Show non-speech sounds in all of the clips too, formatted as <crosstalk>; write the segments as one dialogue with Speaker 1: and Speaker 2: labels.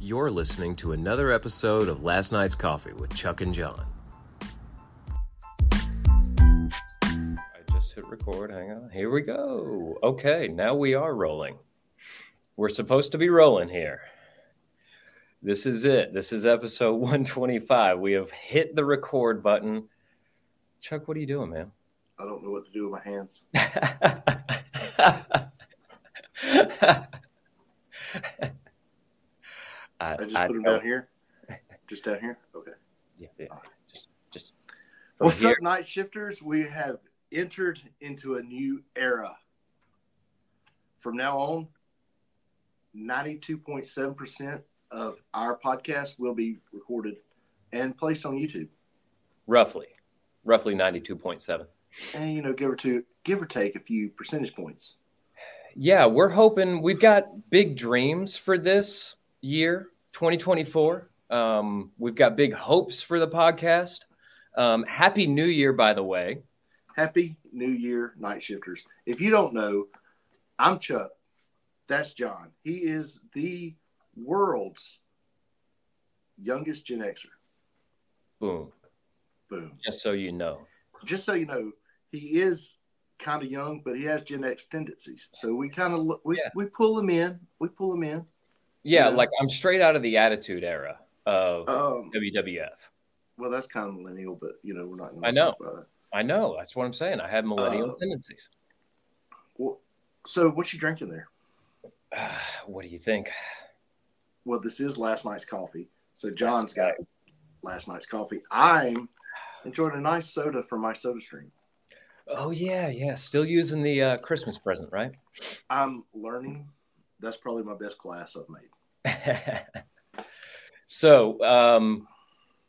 Speaker 1: You're listening to another episode of Last Night's Coffee with Chuck and John. I just hit record. Hang on. Here we go. Okay, now we are rolling. We're supposed to be rolling here. This is it. This is episode <laughs> 125. We have hit the record button. Chuck, what are you doing, man?
Speaker 2: <laughs>
Speaker 1: <laughs>
Speaker 2: I don't know what to do with my hands.
Speaker 1: I,
Speaker 2: I just
Speaker 1: I
Speaker 2: put them
Speaker 1: don't- <laughs>
Speaker 2: down here. Just down here. Okay.
Speaker 1: Yeah, yeah. Just, just. from
Speaker 2: What's
Speaker 1: here-
Speaker 2: up, night shifters? We have entered into a new era. From now on, 92.7% of our podcast will be recorded and placed on YouTube.
Speaker 1: Roughly, roughly ninety-two point seven.
Speaker 2: And you know, give or to give or take a few percentage points.
Speaker 1: Yeah, we're hoping we've got big dreams for this year, 2024. Um, we've got big hopes for the podcast. Um, Happy New Year, by the way.
Speaker 2: Happy New Year, night shifters. If you don't know, I'm Chuck. That's John. He is the world's youngest Gen Xer.
Speaker 1: Boom.
Speaker 2: Boom.
Speaker 1: Just so you know.
Speaker 2: Just so you know, he is kind of young, but he has Gen X tendencies. So we kind of we,
Speaker 1: Yeah.
Speaker 2: we pull him in. We pull him in.
Speaker 1: Yeah,
Speaker 2: Yeah.
Speaker 1: like I'm straight out of the Attitude Era of
Speaker 2: Um,
Speaker 1: WWF.
Speaker 2: well, that's kind of millennial, but you know we're not. Gonna
Speaker 1: I know.
Speaker 2: talk about that.
Speaker 1: I know. That's what I'm saying. I have millennial
Speaker 2: Uh,
Speaker 1: tendencies. <sighs>
Speaker 2: Well, so what you drinking there?
Speaker 1: what do you think?
Speaker 2: Well, this is last night's coffee. So John's got last night's coffee. I'm enjoying a nice soda from my soda stream.
Speaker 1: Oh, yeah, yeah. Still using the uh, Christmas present, right?
Speaker 2: I'm learning. That's probably my best class I've made.
Speaker 1: <laughs> so um,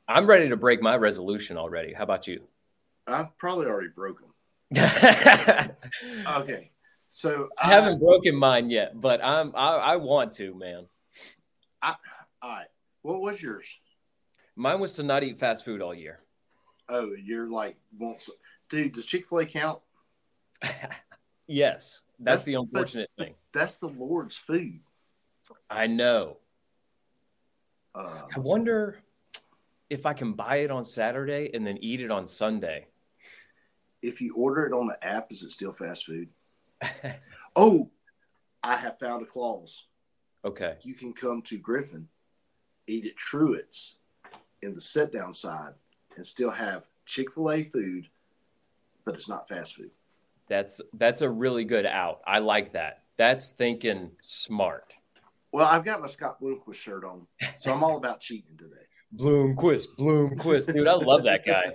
Speaker 1: I'm ready to break my resolution already. How about you?
Speaker 2: I've probably already broken.
Speaker 1: I
Speaker 2: Okay, so I,
Speaker 1: haven't broken mine yet, but I'm I, I want to, man.
Speaker 2: All right, what was yours?
Speaker 1: Mine was to not eat fast food all year. <laughs>
Speaker 2: Oh, you're like, want some- dude, does Chick fil A count?
Speaker 1: yes, that's
Speaker 2: That's-
Speaker 1: the unfortunate thing.
Speaker 2: That's the Lord's food.
Speaker 1: I know.
Speaker 2: Uh,
Speaker 1: I wonder if I can buy it on Saturday and then eat it on Sunday.
Speaker 2: if you order it on the app, is it still fast food? Oh, I have found a clause.
Speaker 1: okay.
Speaker 2: You can come to Griffin, eat at Truett's in the sit down side, and still have Chick fil A food, but it's not fast food.
Speaker 1: That's that's a really good out. I like that. That's thinking smart.
Speaker 2: Well, I've got my Scott Bloomquist shirt on, so I'm all about
Speaker 1: <laughs>
Speaker 2: cheating today.
Speaker 1: Bloomquist, Bloomquist, dude, I love that
Speaker 2: <laughs>
Speaker 1: guy.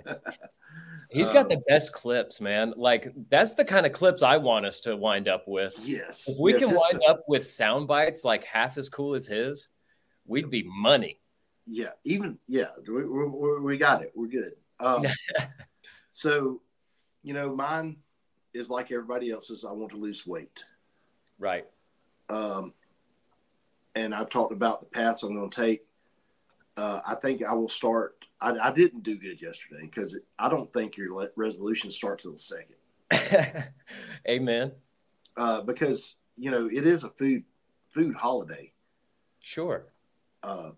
Speaker 1: He's got
Speaker 2: Um,
Speaker 1: the best clips, man. Like that's the kind of clips I want us to wind up with.
Speaker 2: Yes.
Speaker 1: If we
Speaker 2: yes, uh,
Speaker 1: can
Speaker 2: his-
Speaker 1: wind up with sound bites like half as cool as his, we'd be money.
Speaker 2: Yeah, even yeah, we, we- we, we got it. We're good.
Speaker 1: <laughs>
Speaker 2: Um, so, you know, mine is like everybody else's. I want to lose weight,
Speaker 1: Right. <laughs>
Speaker 2: um, and I've talked about the paths I'm going to take. Uh, I think I will start. I, I didn't do good yesterday because I don't think your le- resolution starts till the second
Speaker 1: Amen.
Speaker 2: uh, because you know it is a food food holiday.
Speaker 1: Sure.
Speaker 2: Uh,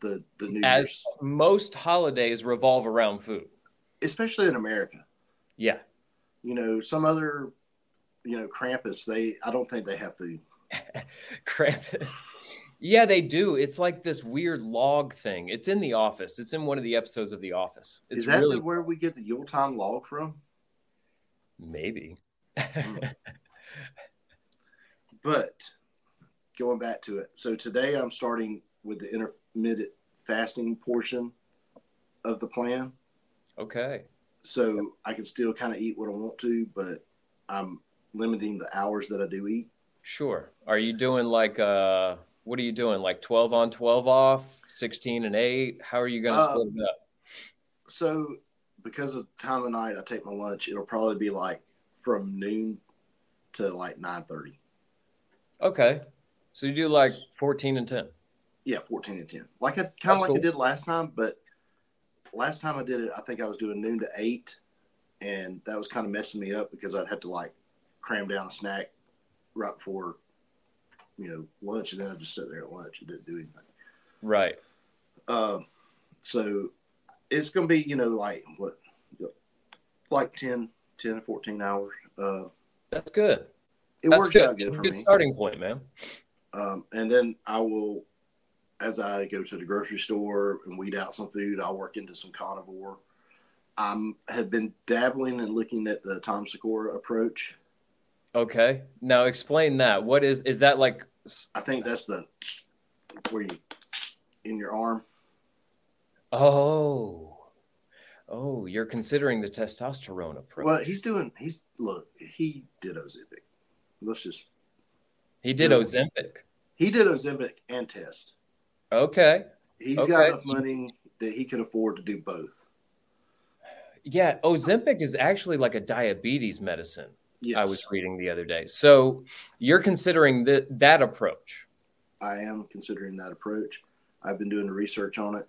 Speaker 2: the the New
Speaker 1: As
Speaker 2: Year's,
Speaker 1: most holidays revolve around food.
Speaker 2: especially in America.
Speaker 1: Yeah. <laughs>
Speaker 2: you know, some other, you know, Krampus, they, I don't think they have food.
Speaker 1: Krampus. Yeah, they do. It's like this weird log thing. It's in the office. It's in one of the episodes of The Office. It's
Speaker 2: Is that
Speaker 1: really
Speaker 2: the, where we get the Yule time log from?
Speaker 1: maybe.
Speaker 2: Hmm. But going back to it. So today I'm starting with the intermittent fasting portion of the plan.
Speaker 1: okay.
Speaker 2: So I can still kind of eat what I want to, but I'm limiting the hours that I do eat.
Speaker 1: Sure. Are you doing like uh what are you doing? Like 12 on 12 off, 16 and 8? How are you going to
Speaker 2: Uh,
Speaker 1: split it up?
Speaker 2: So because of the time of night, I take my lunch. It'll probably be like from noon to like 9.30.
Speaker 1: Okay. So you do like 14 and 10.
Speaker 2: Yeah, fourteen and ten. Like I kind
Speaker 1: That's
Speaker 2: of like
Speaker 1: cool.
Speaker 2: I did last time, but last time I did it, I think I was doing noon to eight, and that was kind of messing me up because I'd have to like cram down a snack right before you know lunch, and then I just sit there at lunch and didn't do anything.
Speaker 1: Right.
Speaker 2: Um, so it's going to be, you know, like what, like 10, 10 or 14 hours. Uh,
Speaker 1: That's good.
Speaker 2: it
Speaker 1: That's
Speaker 2: works
Speaker 1: good.
Speaker 2: out good
Speaker 1: That's
Speaker 2: for
Speaker 1: a
Speaker 2: me.
Speaker 1: good starting point, man.
Speaker 2: Um, and then I will, as I go to the grocery store and weed out some food, I'll work into some carnivore. I am have been dabbling and looking at the Tom Segura approach.
Speaker 1: Okay. Now explain that. What is is that like? s-
Speaker 2: I think that's the where you in your arm.
Speaker 1: Oh, oh, you're considering the testosterone approach.
Speaker 2: Well, he's doing. He's look. He did Ozempic. Let's just.
Speaker 1: he did
Speaker 2: no.
Speaker 1: Ozempic.
Speaker 2: He did Ozempic and test.
Speaker 1: Okay.
Speaker 2: He's
Speaker 1: Okay.
Speaker 2: got enough money that he can afford to do both.
Speaker 1: Yeah, Ozempic is actually like a diabetes medicine.
Speaker 2: Yes,
Speaker 1: I was reading the other day. So you're considering th- that approach.
Speaker 2: I am considering that approach. I've been doing the research on it.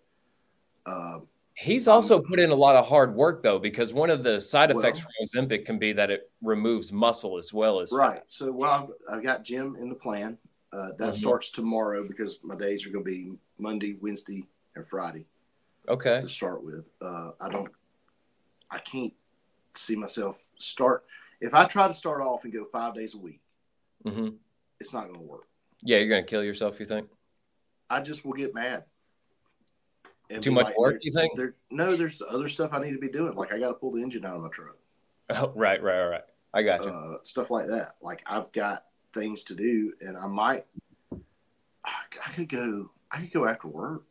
Speaker 2: Um,
Speaker 1: He's
Speaker 2: Um,
Speaker 1: also put in a lot of hard work though, because one of the side
Speaker 2: Well-
Speaker 1: effects from Ozempic can be that it removes muscle as well as fat.
Speaker 2: Right. So, well, I've, I've got Jim in the plan. Uh,
Speaker 1: Mhm.
Speaker 2: that starts tomorrow because my days are going to be Monday, Wednesday, and Friday
Speaker 1: Okay.
Speaker 2: to start with. Uh, I don't, I can't see myself start. If I try to start off and go five days a week,
Speaker 1: hmm
Speaker 2: it's not going to work.
Speaker 1: Yeah, you're gonna kill yourself. You think
Speaker 2: I just will get mad. And
Speaker 1: too
Speaker 2: be
Speaker 1: much
Speaker 2: like,
Speaker 1: work?
Speaker 2: there-
Speaker 1: You think? <laughs>
Speaker 2: There, no, there's other stuff I need to be doing. Like I got to pull the engine out of my truck,
Speaker 1: Oh, right, right, right. right. I got you.
Speaker 2: uh, stuff like that. Like I've got things to do, and I might, <sighs> I I could go, I could go after work.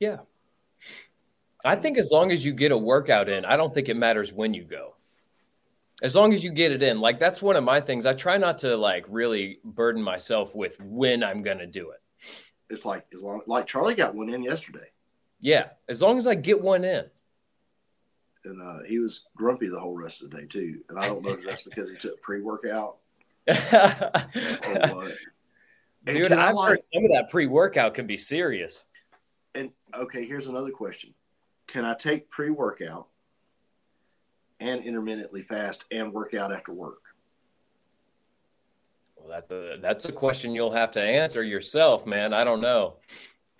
Speaker 1: yeah. I think as long as you get a workout in, I don't think it matters when you go. As long as you get it in, like that's one of my things. I try not to like really burden myself with when I'm gonna do it.
Speaker 2: it's like as long like Charlie got one in yesterday,
Speaker 1: Yeah, as long as I get one in.
Speaker 2: and uh, he was grumpy the whole rest of the day too. And I don't know if that's because he took pre workout
Speaker 1: <laughs>
Speaker 2: or what. And
Speaker 1: Dude,
Speaker 2: can I
Speaker 1: I've
Speaker 2: like
Speaker 1: heard some of that pre-workout can be serious.
Speaker 2: and okay, here's another question: Can I take pre workout and intermittently fast and work out after work?
Speaker 1: Well, that's a that's a question you'll have to answer yourself, man. I don't know.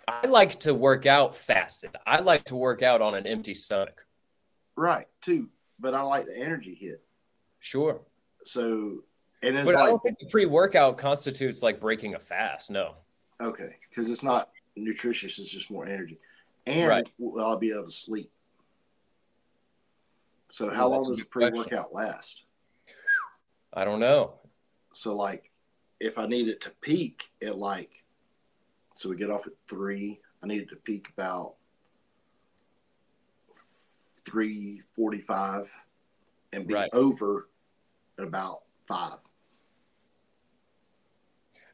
Speaker 1: I like to work out fasted. I like to work out on an empty stomach.
Speaker 2: Right, too. But I like the energy hit.
Speaker 1: Sure,
Speaker 2: So, and it's
Speaker 1: but I
Speaker 2: like
Speaker 1: don't think the pre-workout constitutes like breaking a fast. No.
Speaker 2: okay, because it's not nutritious; it's just more energy. And
Speaker 1: Right.
Speaker 2: will I be able to sleep? So, how
Speaker 1: Ooh,
Speaker 2: long
Speaker 1: that's a
Speaker 2: does a
Speaker 1: good question.
Speaker 2: pre workout last?
Speaker 1: I don't know.
Speaker 2: So like if I need it to peak at like so we get off at three, I need it to peak about three forty five and be
Speaker 1: Right.
Speaker 2: over at about five.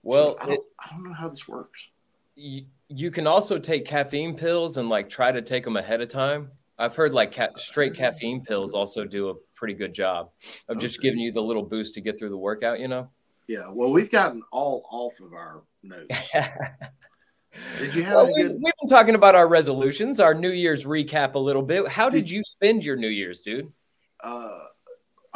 Speaker 1: Well,
Speaker 2: So I don't I don't know how this works.
Speaker 1: you, you can also take caffeine pills and like try to take them ahead of time. I've heard like ca- straight caffeine pills also do a pretty good job of just
Speaker 2: Okay.
Speaker 1: giving you the little boost to get through the workout, you know?
Speaker 2: Yeah, well we've gotten all off of our notes. Did you have
Speaker 1: Well,
Speaker 2: a
Speaker 1: we,
Speaker 2: good-
Speaker 1: we've been talking about our resolutions, our New Year's recap a little bit. How did
Speaker 2: Did-
Speaker 1: you spend your New Year's, dude?
Speaker 2: uh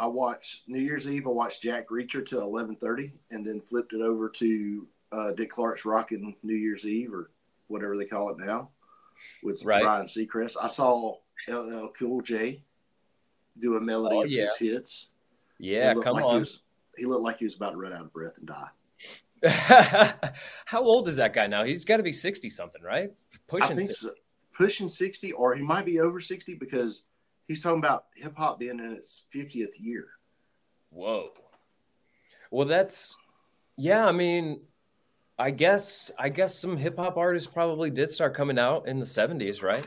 Speaker 2: I watched New Year's Eve. I watched Jack Reacher till eleven thirty, and then flipped it over to uh, Dick Clark's Rockin' New Year's Eve or whatever they call it now with
Speaker 1: Right.
Speaker 2: Brian Seacrest. I saw LL Cool J do a melody
Speaker 1: Oh,
Speaker 2: of his hits. He
Speaker 1: Yeah,
Speaker 2: looked
Speaker 1: come
Speaker 2: like He,
Speaker 1: on.
Speaker 2: was, he looked like he was about to run out of breath and die.
Speaker 1: <laughs> How old is that guy now? He's got to be 60 something, right?
Speaker 2: I
Speaker 1: Pushing
Speaker 2: think
Speaker 1: 60.
Speaker 2: so. pushing sixty, or he might be over sixty because he's talking about hip hop being in its fiftieth year.
Speaker 1: Whoa. Well, that's yeah. I mean, I guess I guess some hip hop artists probably did start coming out in the seventies, right?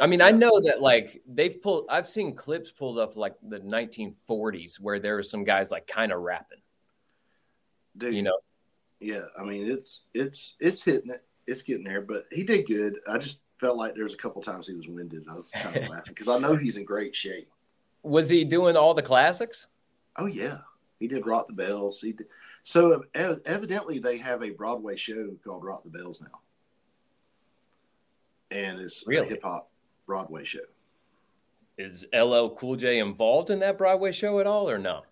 Speaker 1: I mean, I know that like they've pulled. I've seen clips pulled up like the nineteen forties where there were some guys like kind of rapping,
Speaker 2: Dude,
Speaker 1: you know?
Speaker 2: yeah i mean it's it's it's hitting it it's getting there but he did good i just felt like there was a couple times he was winded i was kind
Speaker 1: <laughs>
Speaker 2: of laughing because i know he's in great shape
Speaker 1: Was he doing all the classics?
Speaker 2: oh yeah he did rock the bells he did so ev- evidently they have a broadway show called rock the bells now and it's
Speaker 1: Really?
Speaker 2: a hip-hop broadway show
Speaker 1: Is LL Cool J involved in that Broadway show at all, or no?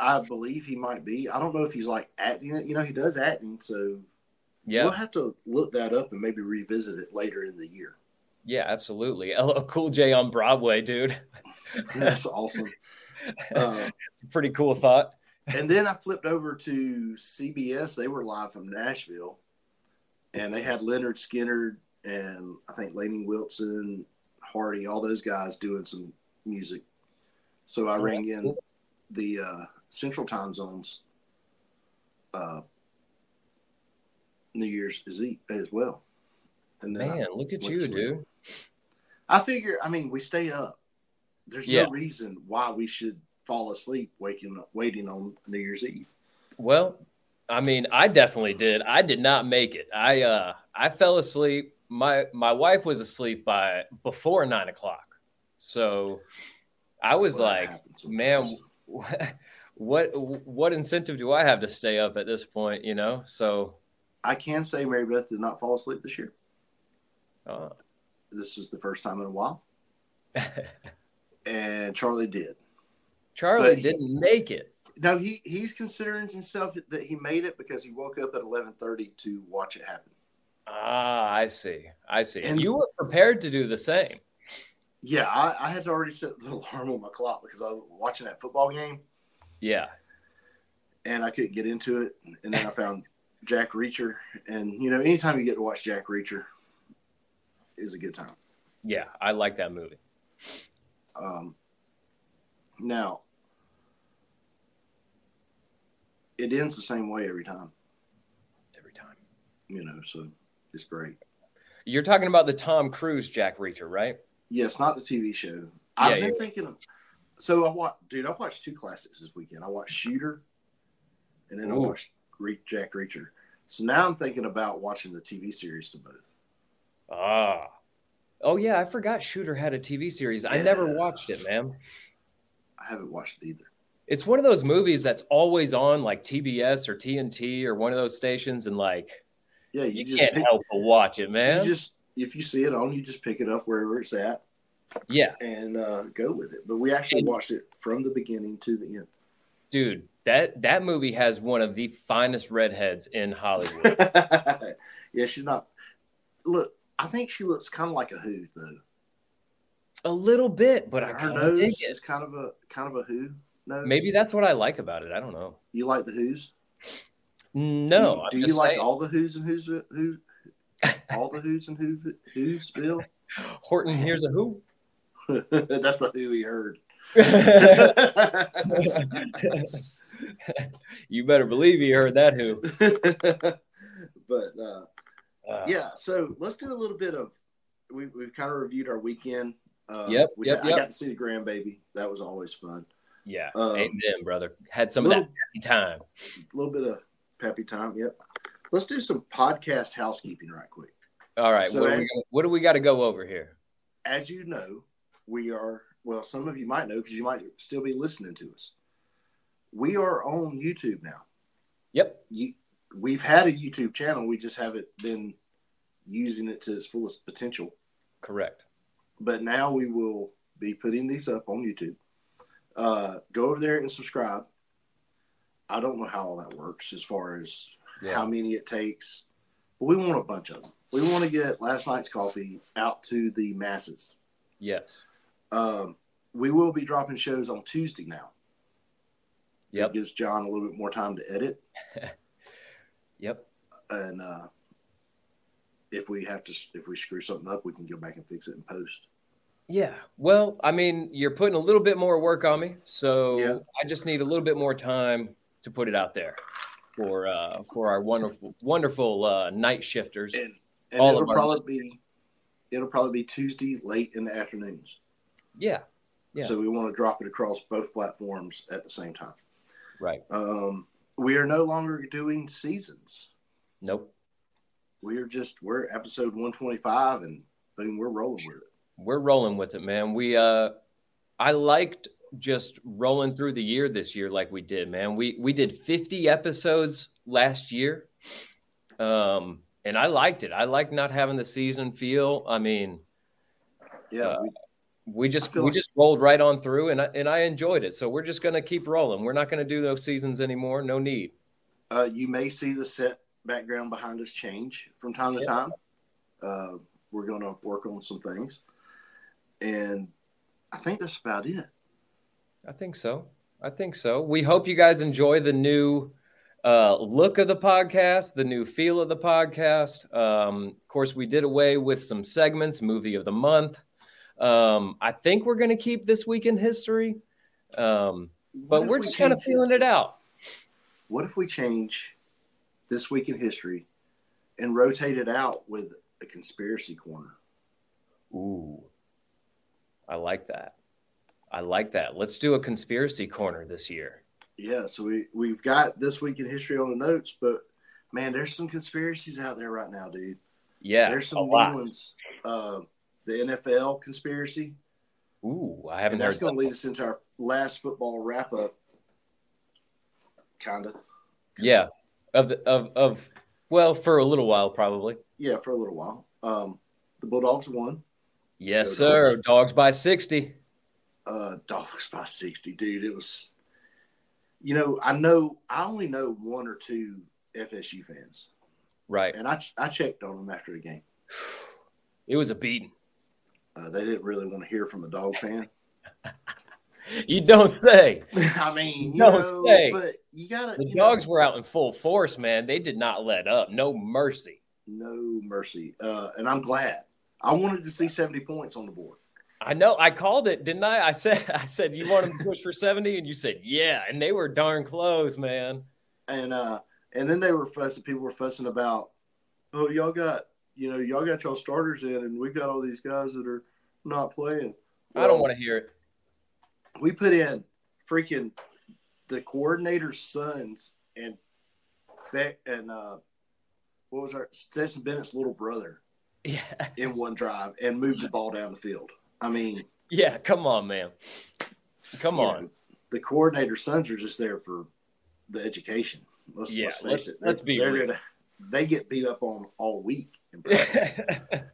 Speaker 2: i believe he might be i don't know if he's like acting it you know he does acting so
Speaker 1: Yeah.
Speaker 2: We'll have to look that up and maybe revisit it later in the
Speaker 1: <laughs>
Speaker 2: year.
Speaker 1: Yeah, absolutely. LL Cool J on Broadway, dude. <laughs>
Speaker 2: That's awesome. Uh,
Speaker 1: Pretty cool thought.
Speaker 2: and then I flipped over to CBS. They were live from Nashville, and they had Leonard Skinner and I think Laney Wilson, Hardy, all those guys doing some music. So I
Speaker 1: Oh,
Speaker 2: rang
Speaker 1: that's
Speaker 2: in
Speaker 1: cool.
Speaker 2: the uh, Central Time Zones uh, New Year's as, e- as well, and then I
Speaker 1: Man, look at
Speaker 2: went
Speaker 1: you,
Speaker 2: to sleep.
Speaker 1: dude.
Speaker 2: I figure, I mean, we stay up. There's
Speaker 1: Yeah.
Speaker 2: no reason why we should fall asleep waking up, waiting on New Year's Eve.
Speaker 1: Well, I mean, I definitely did. I did not make it. I uh I fell asleep. My my wife was asleep by before nine o'clock. So I was
Speaker 2: Well, that
Speaker 1: like,
Speaker 2: happens
Speaker 1: man,
Speaker 2: sometimes.
Speaker 1: what <laughs> what incentive do I have to stay up at this point, you know? So
Speaker 2: I can say Mary Beth did not fall asleep this year.
Speaker 1: uh,
Speaker 2: This is the first time in a while,
Speaker 1: <laughs>
Speaker 2: and Charlie did.
Speaker 1: Charlie
Speaker 2: But-
Speaker 1: didn't make it.
Speaker 2: No, he he's considering himself that he made it because he woke up at eleven thirty to watch it happen.
Speaker 1: Ah, I see. I see. And
Speaker 2: And-
Speaker 1: you were prepared to do the same.
Speaker 2: Yeah, I, I had already set the <laughs> alarm on my clock because I was watching that football game
Speaker 1: Yeah.
Speaker 2: and I couldn't get into it. And then I found Jack Reacher, and you know, anytime you get to watch Jack Reacher, is a good time.
Speaker 1: Yeah. I like that movie.
Speaker 2: Um, now, it ends the same way every time,
Speaker 1: Every time.
Speaker 2: you know, so it's great.
Speaker 1: You're talking about the Tom Cruise Jack Reacher, right?
Speaker 2: Yes, not the TV show.
Speaker 1: Yeah,
Speaker 2: I've been
Speaker 1: yeah.
Speaker 2: thinking of. So I watched, dude. I watched two classics this weekend. I watched Shooter, and then I
Speaker 1: Ooh.
Speaker 2: watched Re- Jack Reacher. So now I'm thinking about watching the TV series to both.
Speaker 1: Ah. Oh yeah, I forgot Shooter had a TV series. I never
Speaker 2: Yeah.
Speaker 1: watched it, man.
Speaker 2: I haven't watched it either.
Speaker 1: It's one of those movies that's always on like TBS or TNT or one of those stations and like
Speaker 2: Yeah, you,
Speaker 1: you,
Speaker 2: just
Speaker 1: can't
Speaker 2: pick,
Speaker 1: help but watch it, man.
Speaker 2: you just if you see it on, you just pick it up wherever it's at
Speaker 1: yeah.
Speaker 2: and uh, go with it. But we actually watched it from the beginning to the end.
Speaker 1: Dude, that that movie has one of the finest redheads in Hollywood.
Speaker 2: <laughs> yeah, she's not. Look, I think she looks kind of like a who though.
Speaker 1: a little bit, but I
Speaker 2: her
Speaker 1: kind of dig
Speaker 2: nose
Speaker 1: it.
Speaker 2: is kind of a kind of a who nose.
Speaker 1: Maybe that's what I like about it. I don't know.
Speaker 2: you like the who's.
Speaker 1: No, I'm
Speaker 2: Do you, do
Speaker 1: just
Speaker 2: you like
Speaker 1: saying.
Speaker 2: all the who's and
Speaker 1: <laughs>
Speaker 2: who's who? All the who's and who who's Bill.
Speaker 1: <gasps> Horton here's a
Speaker 2: <laughs>
Speaker 1: who? <laughs>
Speaker 2: That's the who he heard. <laughs>
Speaker 1: you better believe you heard that who.
Speaker 2: but uh,
Speaker 1: Uh,
Speaker 2: yeah, so let's do a little bit of. We, we've kind of reviewed our weekend. Uh,
Speaker 1: Yep,
Speaker 2: we
Speaker 1: yep,
Speaker 2: got-
Speaker 1: yep.
Speaker 2: I got to see the grandbaby. That was always fun.
Speaker 1: Yeah.
Speaker 2: Um,
Speaker 1: Amen, brother. Had
Speaker 2: A
Speaker 1: some
Speaker 2: little,
Speaker 1: of that time.
Speaker 2: little bit of peppy time. Yep. Let's do some podcast housekeeping right quick.
Speaker 1: All right.
Speaker 2: So
Speaker 1: what, do
Speaker 2: I-
Speaker 1: we, gotta- what do we got to go over here?
Speaker 2: As you know, we are, well, some of you might know because you might still be listening to us. We are on YouTube now.
Speaker 1: Yep.
Speaker 2: you, we've had a YouTube channel, we just haven't been using it to its fullest potential.
Speaker 1: Correct.
Speaker 2: But now we will be putting these up on YouTube. Uh, go over there and subscribe. I don't know how all that works as far as
Speaker 1: Yeah.
Speaker 2: how many it takes, but we want a bunch of them. We want to get last night's coffee out to the masses.
Speaker 1: yes.
Speaker 2: Um, we will be dropping shows on Tuesday now.
Speaker 1: Yep.
Speaker 2: It gives John a little bit more time to edit.
Speaker 1: Yep.
Speaker 2: and uh, if we have to if we screw something up we can go back and fix it in post
Speaker 1: Yeah. Well, I mean, you're putting a little bit more work on me, so
Speaker 2: Yeah.
Speaker 1: I just need a little bit more time to put it out there for uh, for our wonderful wonderful uh, night shifters.
Speaker 2: and, and
Speaker 1: All
Speaker 2: it'll
Speaker 1: of our-
Speaker 2: probably be it'll probably be tuesday late in the afternoons
Speaker 1: Yeah. Yeah.
Speaker 2: so we want to drop it across both platforms at the same time
Speaker 1: Right.
Speaker 2: um, we are no longer doing seasons
Speaker 1: Nope.
Speaker 2: we're just we're episode 125 and boom we're rolling with it
Speaker 1: We're rolling with it, man. We uh, I liked just rolling through the year this year like we did, man. We we did 50 episodes last year. Um and I liked it. I liked not having the season feel. I mean,
Speaker 2: yeah
Speaker 1: Uh,
Speaker 2: we,
Speaker 1: we just
Speaker 2: I
Speaker 1: we
Speaker 2: feel like-
Speaker 1: just rolled right on through and I, and I enjoyed it. So we're just going to keep rolling. We're not going to do those seasons anymore. No need.
Speaker 2: uh, you may see the set background behind us change from time to
Speaker 1: Yeah.
Speaker 2: time. Uh, we're going to work on some things, and I think that's about it.
Speaker 1: I think so. I think so. We hope you guys enjoy the new uh, look of the podcast, the new feel of the podcast. Um, of course, we did away with some segments, movie of the month. Um, I think we're going to keep this week in history, um,
Speaker 2: What
Speaker 1: but
Speaker 2: if
Speaker 1: we're
Speaker 2: we
Speaker 1: just kind of
Speaker 2: change-
Speaker 1: feeling it out.
Speaker 2: What if we change this week in history and rotate it out with a conspiracy corner?
Speaker 1: Ooh, I like that. I like that. Let's do a conspiracy corner this year.
Speaker 2: Yeah, so we we've got this week in history on the notes, but man, there's some conspiracies out there right now, dude.
Speaker 1: Yeah,
Speaker 2: there's
Speaker 1: a
Speaker 2: some
Speaker 1: lot.
Speaker 2: new ones. Uh, the NFL conspiracy.
Speaker 1: Ooh, I haven't
Speaker 2: and that's
Speaker 1: heard.
Speaker 2: going
Speaker 1: That.
Speaker 2: to lead us into our last football wrap up, kinda.
Speaker 1: Yeah, of the of of well, for a little while probably.
Speaker 2: Yeah, for a little while. Um, the Bulldogs won.
Speaker 1: Yes,
Speaker 2: Go
Speaker 1: sir.
Speaker 2: dogs.
Speaker 1: Dogs by 60.
Speaker 2: Uh, dogs by sixty, dude. It was. You know, I know I only know one or two FSU fans,
Speaker 1: Right.
Speaker 2: and I I checked on them after the game.
Speaker 1: It was a beating.
Speaker 2: Uh, they didn't really want to hear from a dog fan. <laughs>
Speaker 1: You don't say.
Speaker 2: I mean, you
Speaker 1: No
Speaker 2: know,
Speaker 1: say.
Speaker 2: but you gotta.
Speaker 1: The
Speaker 2: you know,
Speaker 1: dogs were out in full force, man. They did not let up. No mercy.
Speaker 2: no mercy, uh, and I'm glad. I wanted to see seventy points on the board.
Speaker 1: I know. I called it, didn't I? <laughs> I said, I said, you want them to push for 70? And you said, yeah. And they were darn close, man.
Speaker 2: and uh and then they were fussing people were fussing about oh y'all got you know y'all got y'all starters in and we got all these guys that are not playing
Speaker 1: I don't want to hear it. <laughs>
Speaker 2: to we put in freaking the coordinator's sons and Beck and uh what was our Stetson Bennett's little brother
Speaker 1: Yeah.
Speaker 2: in one drive and moved the ball down the field I mean
Speaker 1: Yeah. Come on, man. Come
Speaker 2: you
Speaker 1: on.
Speaker 2: know, the coordinator's sons are just there for the education let's,
Speaker 1: Yeah,
Speaker 2: let's face
Speaker 1: let's-
Speaker 2: it
Speaker 1: let's be real.
Speaker 2: gonna- they get beat up on all week in practice.
Speaker 1: <laughs>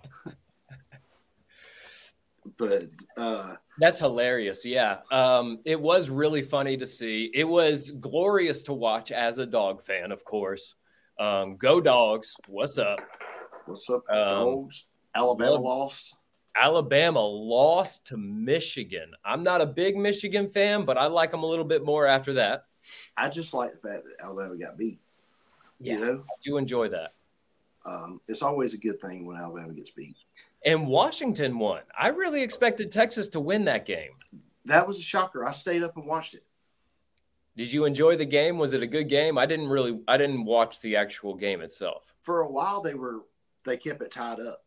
Speaker 2: but uh,
Speaker 1: That's hilarious. Yeah. Um, it was really funny to see. It was glorious to watch as a dog fan, of course. Um, go dogs. What's up?
Speaker 2: what's up,
Speaker 1: Um,
Speaker 2: dogs? Alabama
Speaker 1: love-
Speaker 2: lost.
Speaker 1: Alabama lost to Michigan. I'm not a big Michigan fan, but I like them a little bit more after that.
Speaker 2: I just like the fact that Alabama got beat. You know,
Speaker 1: I do enjoy that.
Speaker 2: um, it's always a good thing when Alabama gets beat.
Speaker 1: And Washington won. I really expected Texas to win that game.
Speaker 2: That was a shocker. I stayed up and watched it.
Speaker 1: Did you enjoy the game? Was it a good game? I didn't really I didn't watch the actual game itself.
Speaker 2: For a while, they were they kept it tied up,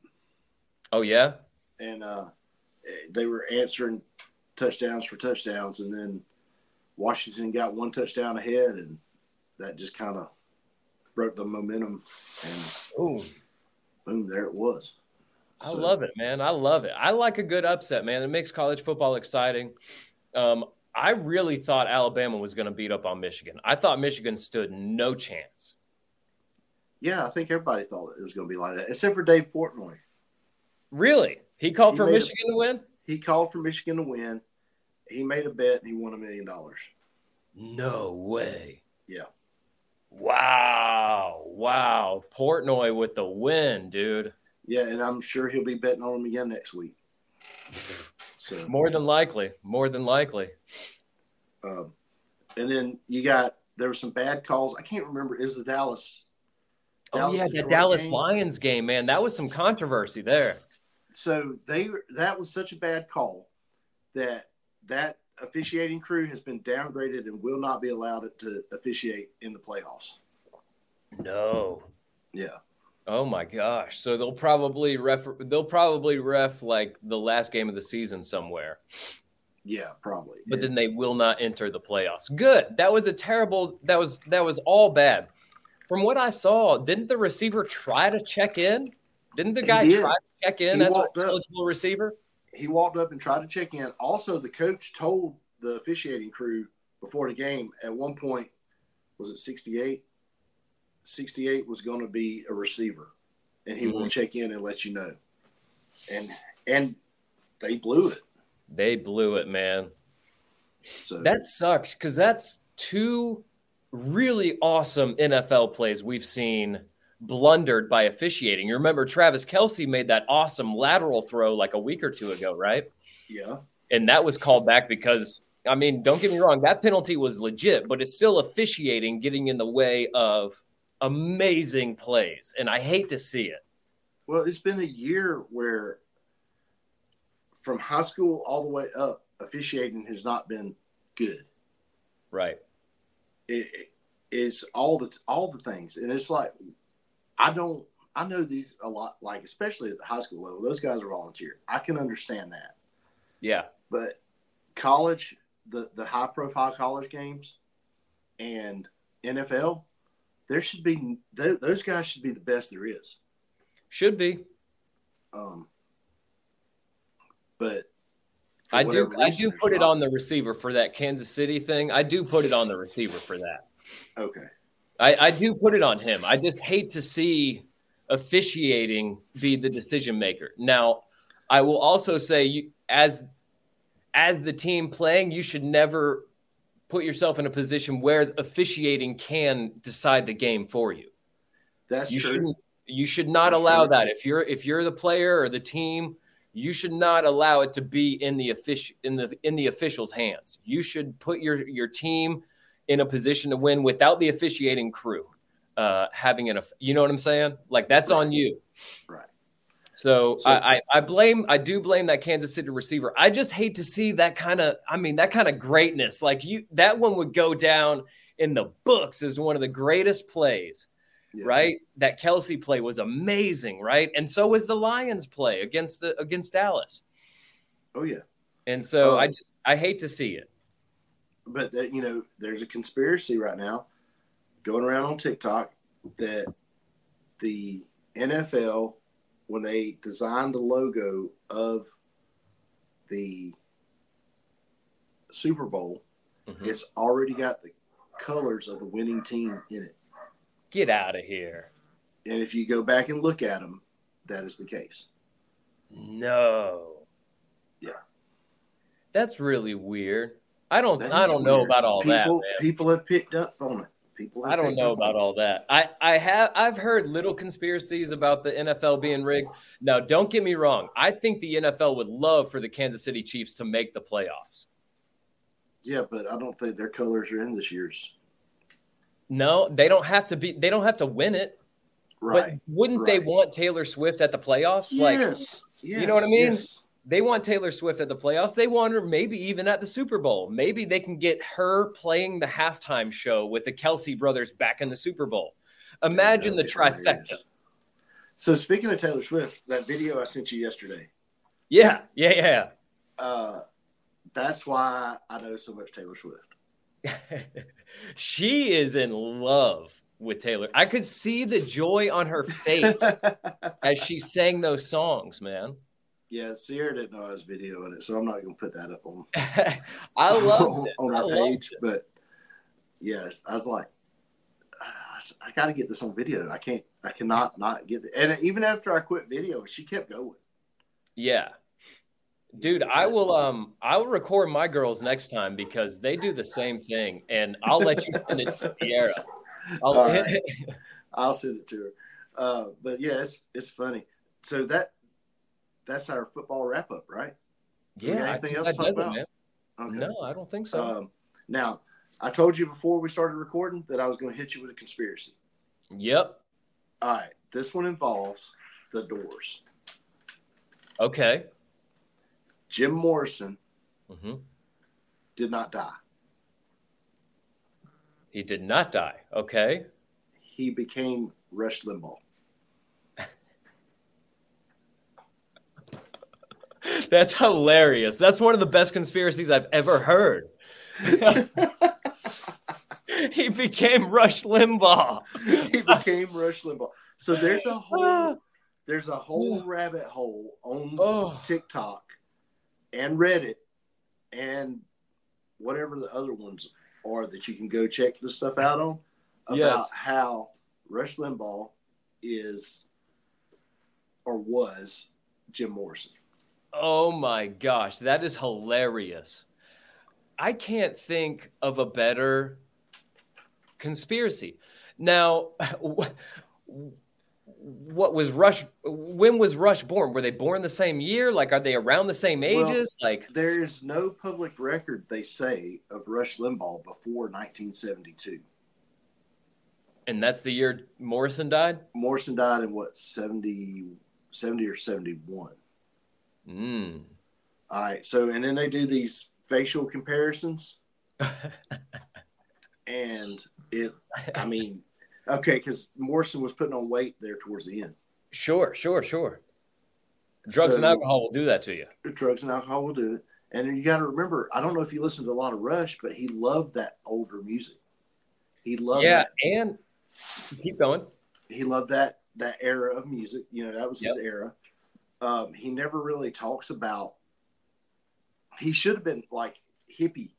Speaker 1: Oh yeah?
Speaker 2: and uh, they were answering touchdowns for touchdowns, and then Washington got one touchdown ahead, and that just kind of broke the momentum, and
Speaker 1: Ooh,
Speaker 2: boom, there it was.
Speaker 1: I
Speaker 2: So-
Speaker 1: love it, man. I love it. I like a good upset, man. It makes college football exciting. Um, I really thought Alabama was going to beat up on Michigan. I thought Michigan stood no chance.
Speaker 2: Yeah, I think everybody thought it was going to be like that, except for Dave Portnoy.
Speaker 1: Really? He called
Speaker 2: He
Speaker 1: for
Speaker 2: made a-
Speaker 1: Michigan to win?
Speaker 2: He called for Michigan to win. He made a bet and he won a million dollars.
Speaker 1: No way.
Speaker 2: Yeah.
Speaker 1: Wow. Wow. Portnoy with the win, dude.
Speaker 2: Yeah, and I'm sure he'll be betting on him again next week. So,
Speaker 1: More than likely. More than likely.
Speaker 2: um, and then you got there were some bad calls. I can't remember. Is the Dallas?
Speaker 1: oh, yeah. That
Speaker 2: Detroit
Speaker 1: Dallas
Speaker 2: game?
Speaker 1: Lions game, man. That was some controversy there.
Speaker 2: So they that was such a bad call that that officiating crew has been downgraded and will not be allowed to officiate in the playoffs.
Speaker 1: No.
Speaker 2: Yeah.
Speaker 1: Oh my gosh! So they'll probably ref they'll probably ref like the last game of the season somewhere,
Speaker 2: Yeah, probably.
Speaker 1: but then they will not enter the playoffs. Good. That was a terrible. That was that was all bad. From what I saw, didn't the receiver try to check in? Didn't the
Speaker 2: He
Speaker 1: guy
Speaker 2: did.
Speaker 1: try to check in
Speaker 2: He
Speaker 1: as an
Speaker 2: walked up.
Speaker 1: eligible receiver?
Speaker 2: he walked up and tried to check in. Also, the coach told the officiating crew before the game at one point, was it 68? 68 was going to be a receiver, and he
Speaker 1: Mm-hmm.
Speaker 2: will check in and let you know. And and they blew it.
Speaker 1: They blew it, man.
Speaker 2: So
Speaker 1: That sucks because that's two really awesome NFL plays we've seen blundered by officiating. You remember Travis Kelsey made that awesome lateral throw like a week or two ago, right?
Speaker 2: Yeah.
Speaker 1: And that was called back because, I mean, don't get me wrong, that penalty was legit, but it's still officiating getting in the way of amazing plays. And I hate to see it.
Speaker 2: Well, it's been a year where from high school all the way up, officiating has not been good.
Speaker 1: Right.
Speaker 2: It, it, it's all the all the things, and it's like I don't. I know these a lot, like especially at the high school level, those guys are volunteer. I can understand that,
Speaker 1: Yeah.
Speaker 2: but college, the the high profile college games, and NFL, there should be th- those guys should be the best there is.
Speaker 1: Should be.
Speaker 2: Um, but for
Speaker 1: I do.
Speaker 2: whatever
Speaker 1: I
Speaker 2: reason,
Speaker 1: do
Speaker 2: there's
Speaker 1: put it
Speaker 2: not.
Speaker 1: on the receiver for that Kansas City thing. I do put it on the receiver for that.
Speaker 2: Okay,
Speaker 1: I, I do put it on him. I just hate to see officiating be the decision maker. Now, I will also say, you, as as the team playing, you should never put yourself in a position where officiating can decide the game for you.
Speaker 2: that's
Speaker 1: you
Speaker 2: true.
Speaker 1: shouldn't you should not
Speaker 2: That's
Speaker 1: allow
Speaker 2: true.
Speaker 1: that if you're if you're the player or the team you should not allow it to be in the official in the in the official's hands you should put your your team in a position to win without the officiating crew uh having an aff- you know what i'm saying like that's on you
Speaker 2: Right.
Speaker 1: so,
Speaker 2: So-
Speaker 1: I, I i blame i do blame that kansas city receiver i just hate to see that kind of i mean that kind of greatness like you that one would go down in the books as one of the greatest plays
Speaker 2: Yeah.
Speaker 1: right? That Kelsey play was amazing, right? And so was the Lions play against the against Dallas.
Speaker 2: Oh yeah.
Speaker 1: And so
Speaker 2: Oh.
Speaker 1: I just I hate to see it.
Speaker 2: but that you know there's a conspiracy right now going around on TikTok that the NFL when they designed the logo of the Super Bowl
Speaker 1: Mm-hmm.
Speaker 2: it's already got the colors of the winning team in it
Speaker 1: Get out of here.
Speaker 2: and if you go back and look at them that is the case
Speaker 1: No.
Speaker 2: Yeah.
Speaker 1: That's really weird. I don't
Speaker 2: That
Speaker 1: I
Speaker 2: is
Speaker 1: don't know
Speaker 2: weird.
Speaker 1: about all that.
Speaker 2: people
Speaker 1: Man.
Speaker 2: people have picked up on it people have
Speaker 1: I don't
Speaker 2: picked
Speaker 1: know
Speaker 2: up on
Speaker 1: about all that. I, I have I've heard little conspiracies about the NFL being rigged. Now, don't get me wrong. I think the NFL would love for the Kansas City Chiefs to make the playoffs.
Speaker 2: it. yeah but I don't think their colors are in this year's
Speaker 1: No, they don't have to be they don't have to win it.
Speaker 2: right
Speaker 1: But wouldn't they
Speaker 2: right.
Speaker 1: want Taylor Swift at the playoffs? Like you know what I
Speaker 2: yes,
Speaker 1: mean?
Speaker 2: yes.
Speaker 1: they want Taylor Swift at the playoffs. They want her maybe even at the Super Bowl. Maybe they can get her playing the halftime show with the Kelsey brothers back in the Super Bowl. Imagine the
Speaker 2: That'd be hilarious.
Speaker 1: trifecta.
Speaker 2: So speaking of Taylor Swift, that video I sent you yesterday,
Speaker 1: Yeah, yeah,
Speaker 2: uh, that's why I know so much Taylor Swift.
Speaker 1: yeah. <laughs> she is in love with Taylor. I could see the joy on her face
Speaker 2: <laughs>
Speaker 1: as she sang those songs, man. <laughs>
Speaker 2: yeah, Sierra didn't know I was videoing it, so I'm not gonna put that up on
Speaker 1: I
Speaker 2: <laughs>
Speaker 1: love
Speaker 2: on,
Speaker 1: it.
Speaker 2: on
Speaker 1: I
Speaker 2: our
Speaker 1: loved
Speaker 2: page. But yes, I was like, "Ah, I got to get this on video. I can't. I cannot not get it. And even after I quit video, she kept going.
Speaker 1: Yeah. Dude, I will um I will record my girls next time because they do the same thing and I'll let you send it to Sierra. I'll, <laughs>
Speaker 2: All right. I'll send it to her. Uh, but yeah, it's it's funny. So that that's our football wrap up, right? Do we
Speaker 1: yeah,
Speaker 2: got
Speaker 1: I
Speaker 2: anything
Speaker 1: think
Speaker 2: else
Speaker 1: that
Speaker 2: to talk
Speaker 1: does it,
Speaker 2: about?
Speaker 1: man. No, I don't think so.
Speaker 2: Um, now, I told you before we started recording that I was going to hit you with a conspiracy.
Speaker 1: yep.
Speaker 2: All right, this one involves the Doors.
Speaker 1: Okay.
Speaker 2: Jim Morrison
Speaker 1: hmm
Speaker 2: did not die.
Speaker 1: He did not die. Okay. <laughs>
Speaker 2: He became Rush Limbaugh.
Speaker 1: That's hilarious. That's one of the best conspiracies I've ever
Speaker 2: <laughs>
Speaker 1: heard. <laughs> he became Rush Limbaugh. <laughs>
Speaker 2: he became Rush Limbaugh. So there's
Speaker 1: <sighs>
Speaker 2: a whole there's a whole rabbit hole on
Speaker 1: Oh.
Speaker 2: TikTok and Reddit and whatever the other ones are that you can go check this stuff out on about
Speaker 1: Yes.
Speaker 2: how Rush Limbaugh is or was Jim Morrison.
Speaker 1: Oh my gosh, that is hilarious. I can't think of a better conspiracy. Now, <laughs> what was Rush? When was Rush born? Were they born the same year? Like, are they around the same
Speaker 2: Well,
Speaker 1: ages? like,
Speaker 2: There is no public record, they say, of Rush Limbaugh before 1972.
Speaker 1: and that's the year Morrison died.
Speaker 2: Morrison died in what 70, 70 or 71.
Speaker 1: Mm.
Speaker 2: All right. So, and then they do these facial comparisons, and it, I mean, okay, because Morrison was putting on weight there towards the end.
Speaker 1: sure, sure, sure. Drugs and
Speaker 2: So-
Speaker 1: alcohol will do that to you.
Speaker 2: Drugs and alcohol will do it. And you got to remember, I don't know if you listened to a lot of Rush, but he loved that older music. He loved
Speaker 1: yeah,
Speaker 2: that.
Speaker 1: and keep going.
Speaker 2: He loved that that era of music. You know, that was his era. Um, he never really talks about. He should have been like hippie.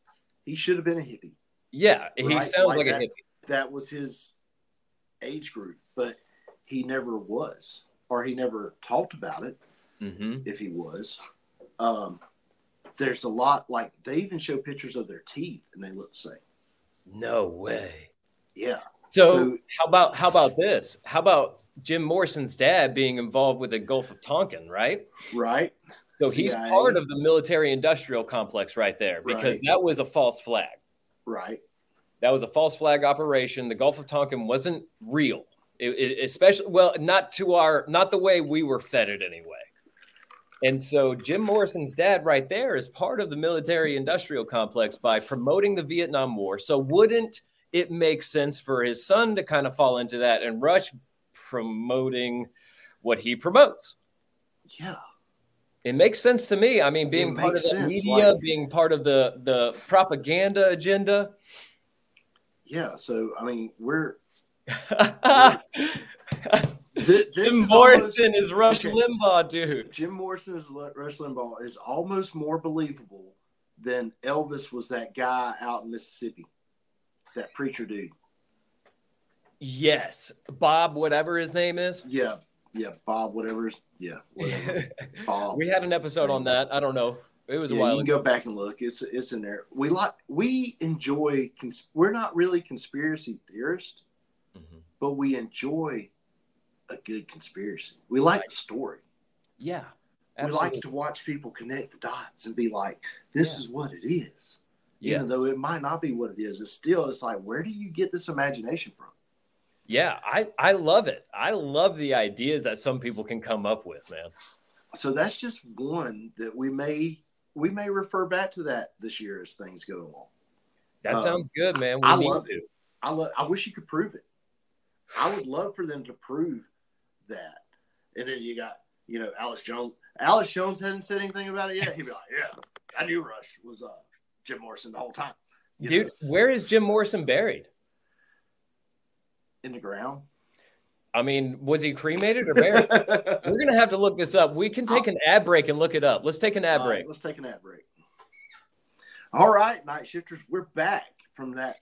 Speaker 2: He should have been a hippie.
Speaker 1: Yeah, he
Speaker 2: Right,
Speaker 1: sounds
Speaker 2: like
Speaker 1: like, a
Speaker 2: that.
Speaker 1: hippie.
Speaker 2: that was his age group, but he never was, or he never talked about it
Speaker 1: Mm-hmm.
Speaker 2: if he was. Um, there's a lot like they even show pictures of their teeth and they look the same.
Speaker 1: No way.
Speaker 2: Yeah.
Speaker 1: So,
Speaker 2: So-
Speaker 1: how about how about this? How about Jim Morrison's dad being involved with the Gulf of Tonkin, right?
Speaker 2: Right.
Speaker 1: So he's
Speaker 2: CIA.
Speaker 1: part of the military industrial complex right there because
Speaker 2: Right.
Speaker 1: that was a false flag.
Speaker 2: Right.
Speaker 1: That was a false flag operation. The Gulf of Tonkin wasn't real, It- it- especially well, not to our, not the way we were fed it anyway. And so Jim Morrison's dad, right there, is part of the military-industrial complex by promoting the Vietnam War. So wouldn't it make sense for his son to kind of fall into that and Rush promoting what he promotes?
Speaker 2: Yeah.
Speaker 1: It makes sense to me. I mean, being part of
Speaker 2: makes
Speaker 1: the
Speaker 2: sense,
Speaker 1: media,
Speaker 2: like-
Speaker 1: being part of the the propaganda agenda.
Speaker 2: Yeah. So, I mean, we're
Speaker 1: <laughs>
Speaker 2: thi- this
Speaker 1: Jim
Speaker 2: is
Speaker 1: Morrison is Rush
Speaker 2: Okay.
Speaker 1: Limbaugh, dude.
Speaker 2: Jim Morrison's Le- Rush Limbaugh is almost more believable than Elvis was that guy out in Mississippi, that preacher dude.
Speaker 1: Yes, Bob, whatever his name is.
Speaker 2: Yeah, yeah, Bob, whatever. his- Yeah, whatever. Bob.
Speaker 1: <laughs> we had an episode on that. I don't know. It was a
Speaker 2: yeah,
Speaker 1: while
Speaker 2: you can
Speaker 1: ago.
Speaker 2: go back and look. It's it's in there. We like we enjoy. Cons- we're not really conspiracy theorists,
Speaker 1: Mhm.
Speaker 2: but we enjoy a good conspiracy. We like the story.
Speaker 1: Yeah.
Speaker 2: We like to watch people connect the dots and be like, "This is what it is."
Speaker 1: yeah.
Speaker 2: Even though it might not be what it is, it's still. It's like, where do you get this imagination from?
Speaker 1: yeah, I, I love it. I love the ideas that some people can come up with, man.
Speaker 2: so that's just one that we may we may refer back to that this year as things go along.
Speaker 1: That
Speaker 2: Uh,
Speaker 1: sounds good, man. We
Speaker 2: I
Speaker 1: need
Speaker 2: love
Speaker 1: to.
Speaker 2: I lo- I wish you could prove it. I would love for them to prove that. And then you got you know Alex Jones. Alex Jones hadn't said anything about it yet. He'd be like, "Yeah, I knew Rush was uh, Jim Morrison the whole time." You
Speaker 1: Dude,
Speaker 2: know,
Speaker 1: where is Jim Morrison buried?
Speaker 2: in the ground.
Speaker 1: I mean, was he cremated or
Speaker 2: <laughs>
Speaker 1: buried? We're going to have to look this up. We can take an ad break and look it up. Let's take an ad
Speaker 2: All
Speaker 1: break.
Speaker 2: right, Uh, let's take an ad break. All right, night shifters, we're back from that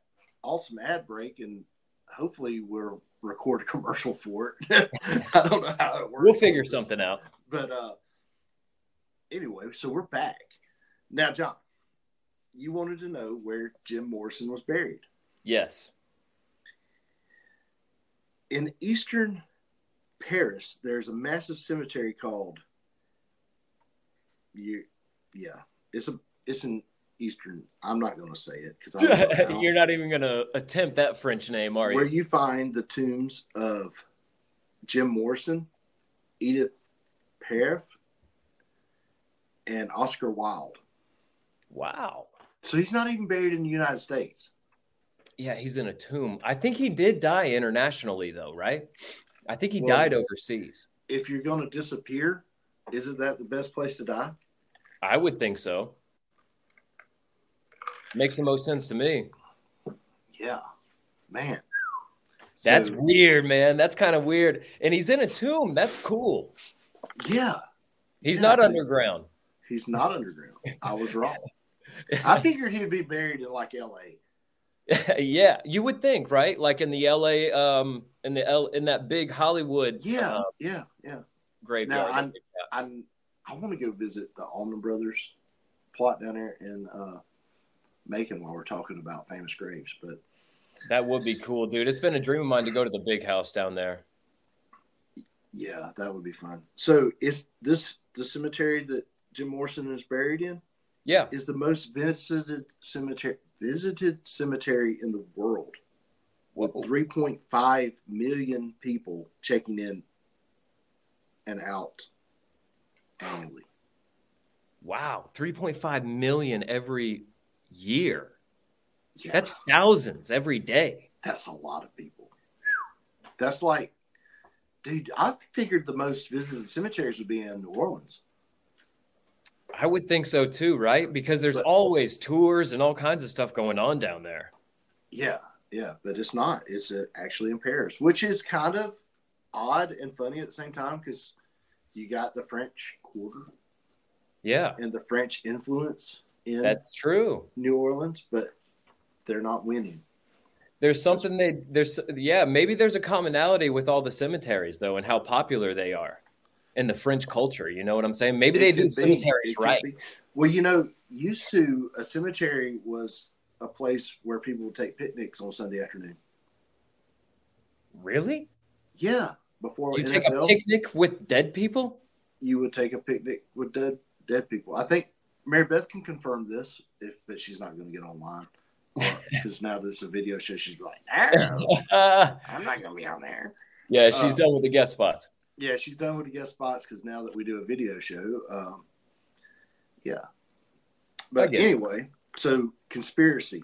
Speaker 2: awesome ad break, and hopefully we'll record a commercial for it. <laughs> I don't know how it works.
Speaker 1: We'll figure
Speaker 2: with this,
Speaker 1: something out.
Speaker 2: But uh, anyway, so we're back now, John. You wanted to know where Jim Morrison was buried
Speaker 1: Yes.
Speaker 2: in eastern Paris. There's a massive cemetery called. You, yeah, it's a it's an eastern. I'm not going to say it because I
Speaker 1: <laughs>
Speaker 2: don't know how.
Speaker 1: You're not even going to attempt that French name, are
Speaker 2: where
Speaker 1: you?
Speaker 2: you find the tombs of Jim Morrison, Edith Piaf, and Oscar Wilde.
Speaker 1: Wow.
Speaker 2: So he's not even buried in the United States.
Speaker 1: Yeah, he's in a tomb. I think he did die internationally, though, right? I think he
Speaker 2: Well-
Speaker 1: died overseas.
Speaker 2: If you're going to disappear, isn't that the best place to die?
Speaker 1: I would think so. Makes the most sense to me.
Speaker 2: Yeah, man.
Speaker 1: That's
Speaker 2: So-
Speaker 1: weird, man. That's kind of weird. And he's in a tomb. That's cool.
Speaker 2: yeah.
Speaker 1: He's
Speaker 2: Yeah,
Speaker 1: not
Speaker 2: so-
Speaker 1: underground. <laughs>
Speaker 2: He's not underground. I was wrong. I figured he'd be buried in like L.A.
Speaker 1: yeah, you would think, right? Like in the LA, um, in the L, in that big Hollywood,
Speaker 2: Yeah,
Speaker 1: uh,
Speaker 2: yeah, yeah.
Speaker 1: graveyard.
Speaker 2: Now, I'm- I I want to go visit the Allman Brothers plot down there in uh, Macon while we're talking about famous graves. But
Speaker 1: that would be cool, dude. It's been a dream of mine to go to the big house down there.
Speaker 2: Yeah, that would be fun. So is this the cemetery that Jim Morrison is buried in?
Speaker 1: Yeah,
Speaker 2: Is the most visited cemetery visited cemetery in the world with
Speaker 1: Whoa.
Speaker 2: 3.5 million people checking in and out annually.
Speaker 1: wow, three point five million every year.
Speaker 2: Yeah,
Speaker 1: That's thousands every day.
Speaker 2: that's a lot of people. That's like, dude, I figured the most visited cemeteries would be in New Orleans.
Speaker 1: I would think so too, right? Because there's
Speaker 2: But-
Speaker 1: always tours and all kinds of stuff going on down there.
Speaker 2: Yeah, yeah, but it's not. It's uh, actually in Paris, which is kind of odd and funny at the same time because you got the French Quarter
Speaker 1: Yeah,
Speaker 2: and the French influence in
Speaker 1: that's true.
Speaker 2: New Orleans, but they're not winning.
Speaker 1: There's something they there's yeah maybe there's a commonality with all the cemeteries though and how popular they are, and the French culture. You know what I'm saying? Maybe
Speaker 2: It
Speaker 1: they
Speaker 2: could
Speaker 1: do
Speaker 2: be.
Speaker 1: cemeteries
Speaker 2: It could
Speaker 1: right.
Speaker 2: be. Well, you know, used to a cemetery was a place where people would take picnics on Sunday afternoon.
Speaker 1: Really?
Speaker 2: Yeah, before
Speaker 1: You take a
Speaker 2: NFL,
Speaker 1: picnic with dead people? <laughs>
Speaker 2: you would take a picnic with dead dead people. I think Mary Beth can confirm this, if but she's not going to get online
Speaker 1: <laughs>
Speaker 2: because now this is a video show. She's like, no,
Speaker 1: Uh,
Speaker 2: I'm not going to be on there.
Speaker 1: yeah, she's
Speaker 2: Uh,
Speaker 1: done with the guest spots.
Speaker 2: Yeah, she's done with the guest spots because now that we do a video show, um, yeah. But
Speaker 1: get it.
Speaker 2: anyway, so conspiracy.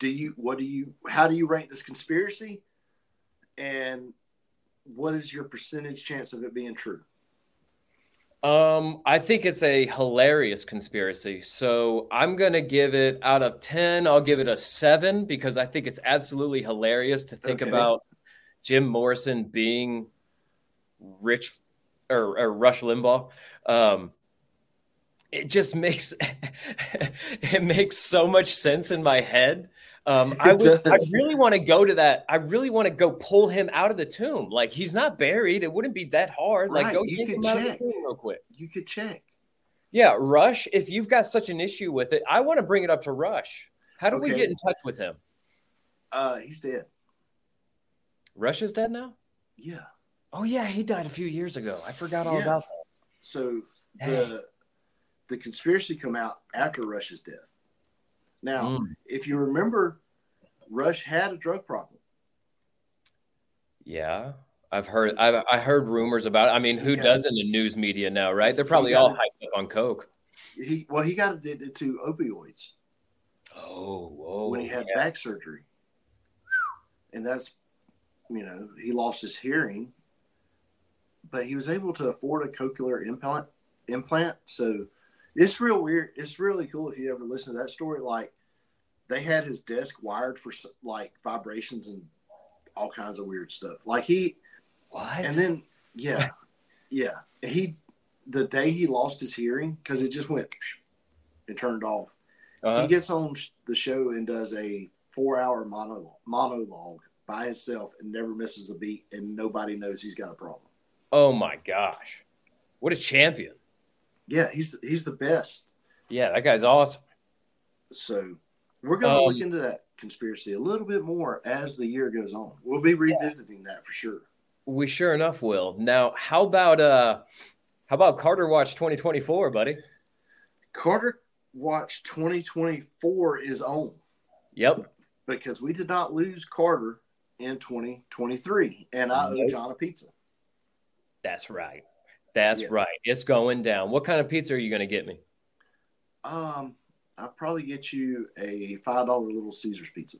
Speaker 2: Do you? What do you? How do you rank this conspiracy? And what is your percentage chance of it being true?
Speaker 1: Um, I think it's a hilarious conspiracy. So I'm gonna give it out of ten. I'll give it a seven because I think it's absolutely hilarious to think
Speaker 2: Okay.
Speaker 1: about Jim Morrison being rich or, or Rush Limbaugh. Um, it just makes <laughs> it makes so much sense in my head. Um, I
Speaker 2: It
Speaker 1: would, I
Speaker 2: does.
Speaker 1: really want to go to that. I really want to go pull him out of the tomb. Like he's not buried. It wouldn't be that hard. Like
Speaker 2: Right,
Speaker 1: go
Speaker 2: you
Speaker 1: take
Speaker 2: can
Speaker 1: him out of the
Speaker 2: check.
Speaker 1: tomb real quick.
Speaker 2: You could check.
Speaker 1: Yeah, Rush, if you've got such an issue with it, I want to bring it up to Rush. How do we
Speaker 2: Okay.
Speaker 1: get in touch with him?
Speaker 2: Uh, he's dead.
Speaker 1: Rush is dead now?
Speaker 2: Yeah.
Speaker 1: Oh yeah, he died a few years ago. I forgot all
Speaker 2: Yeah.
Speaker 1: about
Speaker 2: So
Speaker 1: that.
Speaker 2: the the conspiracy come out after Rush's death. Now,
Speaker 1: Mm.
Speaker 2: if you remember, Rush had a drug problem.
Speaker 1: Yeah. I've heard I've I heard rumors about it. I mean, who
Speaker 2: Yeah.
Speaker 1: doesn't in news media now, right? They're
Speaker 2: He
Speaker 1: probably
Speaker 2: got
Speaker 1: all
Speaker 2: it.
Speaker 1: hyped up on Coke.
Speaker 2: He well, he got addicted to opioids
Speaker 1: Oh, oh
Speaker 2: when he had
Speaker 1: yeah.
Speaker 2: back surgery, and that's you know he lost his hearing, but he was able to afford a cochlear implant. Implant, so it's real weird. It's really cool if you ever listen to that story. Like they had his desk wired for s- like vibrations and all kinds of weird stuff. Like he
Speaker 1: what?
Speaker 2: and then yeah yeah he the day he lost his hearing because it just went it turned off
Speaker 1: Uh-huh.
Speaker 2: he gets on sh- the show and does a four hour monologue, monologue by himself and never misses a beat and nobody knows he's got a problem
Speaker 1: Oh my gosh. What a champion.
Speaker 2: yeah he's he's the best
Speaker 1: Yeah, that guy's awesome.
Speaker 2: so we're going to
Speaker 1: Um,
Speaker 2: look into that conspiracy a little bit more as the year goes on we'll be revisiting that for sure
Speaker 1: We sure enough will. Now, how about uh how about Carter Watch 2024, buddy?
Speaker 2: carter watch 2024 is on
Speaker 1: Yep.
Speaker 2: because we did not lose Carter in 2023, and I owe
Speaker 1: Nope.
Speaker 2: John a pizza.
Speaker 1: That's right. That's
Speaker 2: Yeah.
Speaker 1: right. It's going down. What kind of pizza are you going to get me?
Speaker 2: Um, I'll probably get you a five dollar Little Caesars pizza.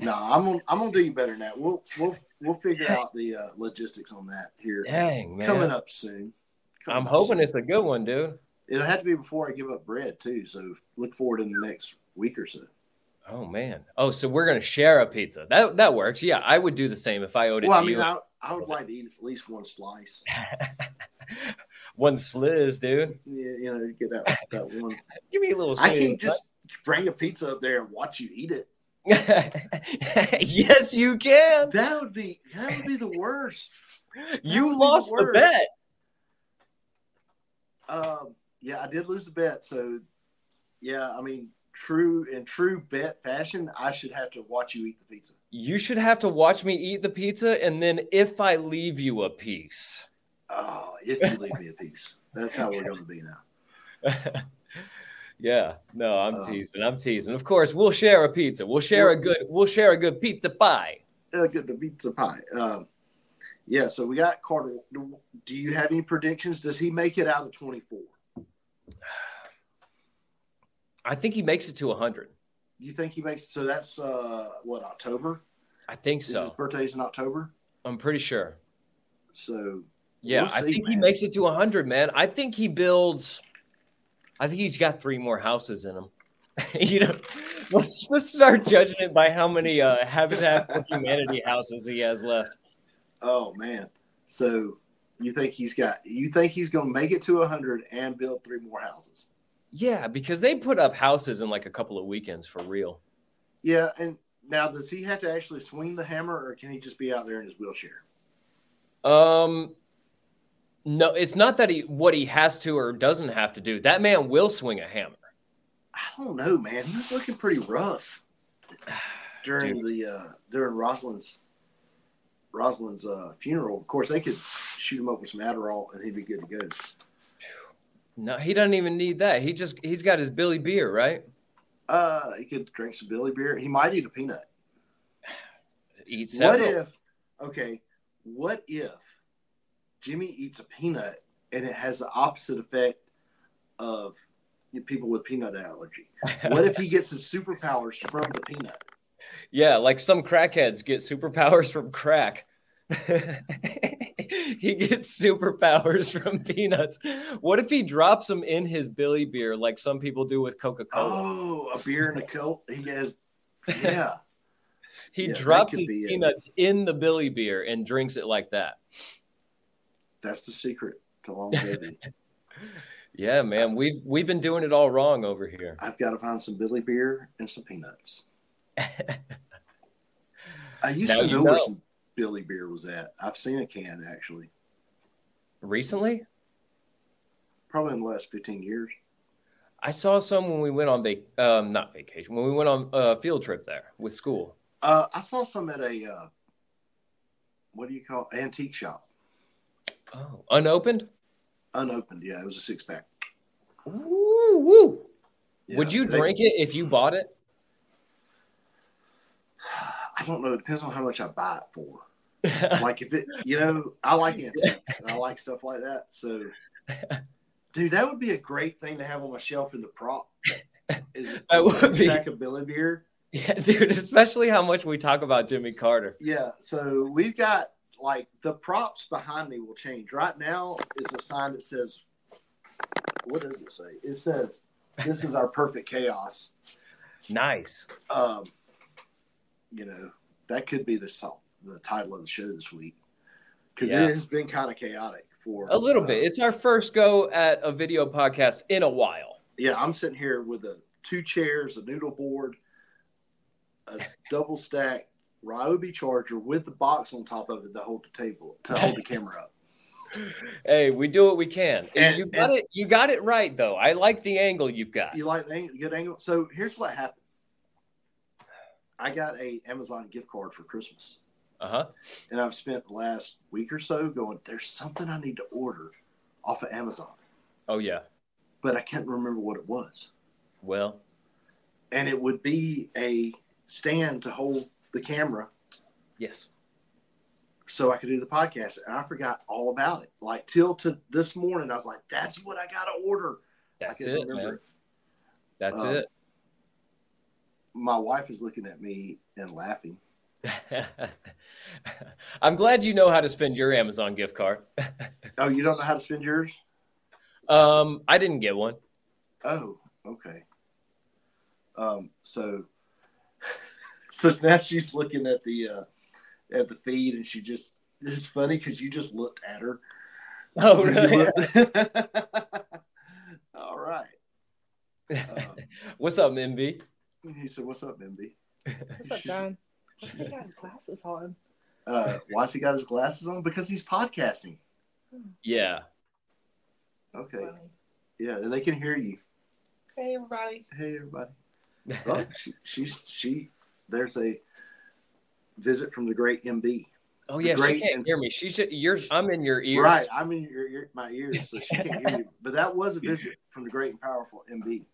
Speaker 2: no, I'm gonna I'm gonna do you better than that. We'll we'll we'll figure out the uh, logistics on that here
Speaker 1: Dang, man.
Speaker 2: coming up soon. Coming
Speaker 1: I'm
Speaker 2: up
Speaker 1: hoping
Speaker 2: soon.
Speaker 1: it's a good one, dude.
Speaker 2: it'll have to be before I give up bread too. So look forward in the next week or so.
Speaker 1: Oh man. Oh, so we're gonna share a pizza. That that works. Yeah, I would do the same if I owed it
Speaker 2: Well, I
Speaker 1: to
Speaker 2: mean,
Speaker 1: you.
Speaker 2: I, I would like to eat at least one slice.
Speaker 1: One sliz, dude.
Speaker 2: Yeah, you know, get that that
Speaker 1: <laughs>
Speaker 2: one.
Speaker 1: Give me a little.
Speaker 2: I
Speaker 1: sliz,
Speaker 2: can't just bring a pizza up there and watch you eat it.
Speaker 1: huh? <laughs> yes, you can.
Speaker 2: That would be that would be the worst. would
Speaker 1: You
Speaker 2: be
Speaker 1: lost
Speaker 2: the
Speaker 1: the
Speaker 2: worst.
Speaker 1: bet.
Speaker 2: Um, yeah, I did lose the bet, so yeah, I mean true in true bet fashion, I should have to watch you eat the pizza.
Speaker 1: You should have to watch me eat the pizza, and then if I leave you a piece.
Speaker 2: Oh, if you leave me a piece, that's how we're going to be now.
Speaker 1: yeah, no, I'm
Speaker 2: Um,
Speaker 1: teasing. I'm teasing. Of course, we'll share a pizza. We'll share a good. We'll share a good pizza pie.
Speaker 2: Uh, good to beat the pie. Um, yeah, so we got Carter. Do you have any predictions? Does he make it out of twenty four?
Speaker 1: I think he makes it to 100.
Speaker 2: You think he makes? So that's uh, what October.
Speaker 1: I think
Speaker 2: Is His
Speaker 1: so.
Speaker 2: birthday's in October,
Speaker 1: I'm pretty sure.
Speaker 2: so
Speaker 1: Yeah,
Speaker 2: We'll
Speaker 1: I
Speaker 2: see,
Speaker 1: think he
Speaker 2: man.
Speaker 1: makes it to 100, man. I think he builds. I think he's got three more houses in him. <laughs> you know, <laughs> let's, let's start judging it by how many uh, Habitat for Humanity houses he has left.
Speaker 2: Oh man. So you think he's got you think he's gonna make it to hundred and build three more houses.
Speaker 1: Yeah, because they put up houses in like a couple of weekends for real.
Speaker 2: Yeah, and now does he have to actually swing the hammer or can he just be out there in his wheelchair?
Speaker 1: Um, no, it's not that he what he has to or doesn't have to do. That man will swing a hammer.
Speaker 2: I don't know, man. He was looking pretty rough <sighs> during the uh during Rosalind's Rosalind's uh funeral. Of course they could shoot him up with some Adderall and he'd be good to go.
Speaker 1: No, he doesn't even need that. He just he's got his Billy beer, right?
Speaker 2: Uh he could drink some Billy beer. He might eat a peanut.
Speaker 1: Eat
Speaker 2: What
Speaker 1: several.
Speaker 2: if, okay, what if Jimmy eats a peanut and it has the opposite effect of people with peanut allergy? What if he gets his superpowers from the peanut?
Speaker 1: <laughs> Yeah, like some crackheads get superpowers from crack. <laughs> he gets superpowers from peanuts. What if he drops them in his Billy beer, like some people do with Coca Cola?
Speaker 2: <laughs> Oh, a beer and a coat. He has, yeah.
Speaker 1: he
Speaker 2: yeah, that
Speaker 1: drops
Speaker 2: could
Speaker 1: his
Speaker 2: be it.
Speaker 1: peanuts in the Billy beer and drinks it like that.
Speaker 2: That's the secret to <laughs> longevity.
Speaker 1: Yeah, man, we've we've been doing it all wrong over here.
Speaker 2: I've got to find some Billy beer and some <laughs> peanuts. I used
Speaker 1: Now
Speaker 2: to
Speaker 1: you
Speaker 2: know where
Speaker 1: know.
Speaker 2: some Billy beer was at. I've seen a can actually,
Speaker 1: Recently,
Speaker 2: probably in the last 15 years.
Speaker 1: I saw some when we went on vac- um not vacation when we went on a field trip there with school.
Speaker 2: Uh, I saw some at a uh, what do you call antique shop?
Speaker 1: Oh, unopened.
Speaker 2: Unopened. Yeah, it was a six pack.
Speaker 1: Ooh, woo.
Speaker 2: Yeah,
Speaker 1: Would you
Speaker 2: they-
Speaker 1: drink it if you bought it?
Speaker 2: <sighs>
Speaker 1: <laughs>
Speaker 2: I don't know. It depends on how much I buy it for. Like if it, you know, I like antiques and I like stuff like that. So, dude, that would be a great thing to have on my shelf in the prop. Is it
Speaker 1: <laughs> That
Speaker 2: is a
Speaker 1: would be.
Speaker 2: six-pack of Billy beer?
Speaker 1: Yeah, dude, especially how much we talk about Jimmy Carter.
Speaker 2: Yeah. So we've got like the props behind me will change. Right now is a sign that says, "What does it say?" It says, "This is our perfect chaos."
Speaker 1: Nice.
Speaker 2: um, you know, that could be the song, the title of the show this week because
Speaker 1: Yeah.
Speaker 2: it has been kind of chaotic for
Speaker 1: A little
Speaker 2: uh,
Speaker 1: bit. It's our first go at a video podcast in a while.
Speaker 2: Yeah, I'm sitting here with a two chairs, a noodle board, a double stack Ryobi charger with the box on top of it to hold the table to hold the camera up.
Speaker 1: Hey, we do what we can. And
Speaker 2: And-
Speaker 1: you got
Speaker 2: and-
Speaker 1: it. You got it right though. I like the angle you've got.
Speaker 2: You like the ang- good angle? So here's what happened. I got a Amazon gift card for Christmas.
Speaker 1: Uh-huh.
Speaker 2: and I've spent the last week or so going, there's something I need to order off of Amazon,
Speaker 1: Oh yeah.
Speaker 2: but I can't remember what it was.
Speaker 1: Well,
Speaker 2: And it would be a stand to hold the camera
Speaker 1: yes.
Speaker 2: so I could do the podcast. And I forgot all about it. Like till to this morning, I was like, that's what I got to order.
Speaker 1: That's
Speaker 2: I
Speaker 1: it, man. That's
Speaker 2: Um,
Speaker 1: it.
Speaker 2: My wife is looking at me and laughing.
Speaker 1: <laughs> I'm glad you know how to spend your Amazon gift card.
Speaker 2: Oh, you don't know how to spend yours?
Speaker 1: Um, I didn't get one.
Speaker 2: Oh, okay. Um, so, <laughs> so now she's looking at the uh, at the feed, and she just it's funny because you just looked at her.
Speaker 1: <laughs> Oh,
Speaker 2: You
Speaker 1: really?
Speaker 2: looked-
Speaker 1: <laughs>
Speaker 2: <laughs> All right. Um,
Speaker 1: What's up, MB?
Speaker 2: he said, "What's up, MB?
Speaker 3: What's up,
Speaker 2: She's-
Speaker 3: John? What's he got glasses on?
Speaker 2: Uh, why's he got his glasses on? Because he's podcasting."
Speaker 1: Yeah.
Speaker 2: Okay. Yeah, and they can hear you.
Speaker 3: Hey, everybody.
Speaker 2: Hey, everybody. Oh, she, she's she. There's a visit from the great MB.
Speaker 1: <laughs> Oh yeah, she
Speaker 2: great
Speaker 1: can't
Speaker 2: and-
Speaker 1: hear me. She's you're. I'm in your ears.
Speaker 2: Right, I'm in your, ear my ears, so she can't hear you. But
Speaker 1: <laughs>
Speaker 2: that was a visit from the great and powerful MB.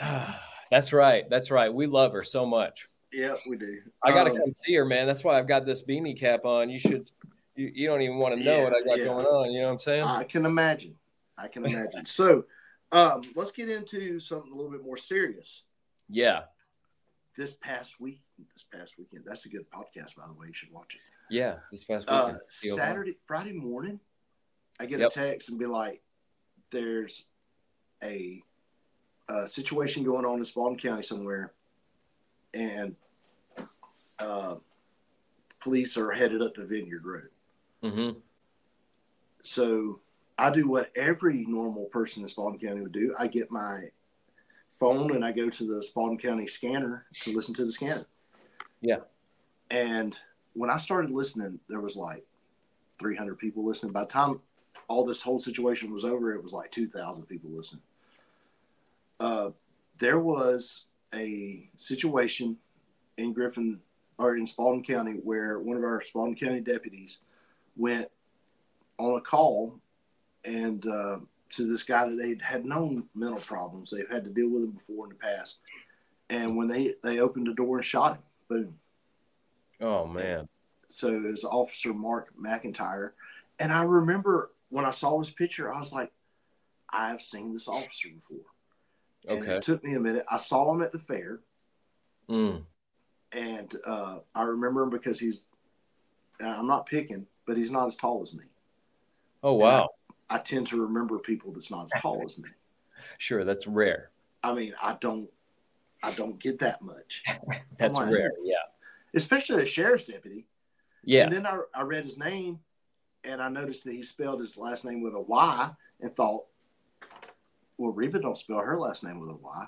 Speaker 1: <sighs> that's right. That's right. We love her so much.
Speaker 2: Yeah, we do.
Speaker 1: I gotta
Speaker 2: Um,
Speaker 1: come see her, man. That's why I've got this beanie cap on. You should. You, you don't even want to know
Speaker 2: Yeah,
Speaker 1: what I got
Speaker 2: yeah. Uh,
Speaker 1: going on. You know what I'm saying?
Speaker 2: I can imagine. I can imagine. so, um, let's get into something a little bit more serious.
Speaker 1: yeah.
Speaker 2: This past week, this past weekend. That's a good podcast, by the way. You should watch it.
Speaker 1: Yeah. This past
Speaker 2: Uh,
Speaker 1: weekend. Feel bad.
Speaker 2: Saturday, Friday morning, I get
Speaker 1: Yep.
Speaker 2: a text and be like, "There's a, a situation going on in Spalding County somewhere, and uh, police are headed up to Vineyard Road."
Speaker 1: Mhm.
Speaker 2: So I do what every normal person in Spalding County would do. I get my phone and I go to the Spalding County scanner to listen to the scanner.
Speaker 1: Yeah.
Speaker 2: And when I started listening, there was like 300 people listening. By the time all this whole situation was over, it was like 2,000 people listening. Uh, there was a situation in Griffin or in Spalding County where one of our Spalding County deputies went on a call and uh, to this guy that they had known mental problems. They've had to deal with him before in the past. And when they, they opened the door and shot him, boom.
Speaker 1: Oh man.
Speaker 2: So it was Officer Mark McIntyre. And I remember when I saw his picture, I was like, I've seen this officer before. And
Speaker 1: Okay.
Speaker 2: It took me a minute. I saw him at the fair.
Speaker 1: Mm.
Speaker 2: and uh, I remember him because he's. and I'm not picking, but he's not as tall as me.
Speaker 1: Oh wow.
Speaker 2: I tend to remember people that's not as tall as me.
Speaker 1: Sure. That's rare.
Speaker 2: I mean, I don't, I don't get
Speaker 1: <laughs>
Speaker 2: that much,
Speaker 1: That's
Speaker 2: my
Speaker 1: rare. Yeah.
Speaker 2: especially a sheriff's deputy.
Speaker 1: Yeah.
Speaker 2: And then I, I read his name, and I noticed that he spelled his last name with a Y, and thought, well, Reba don't spell her last name with a Y.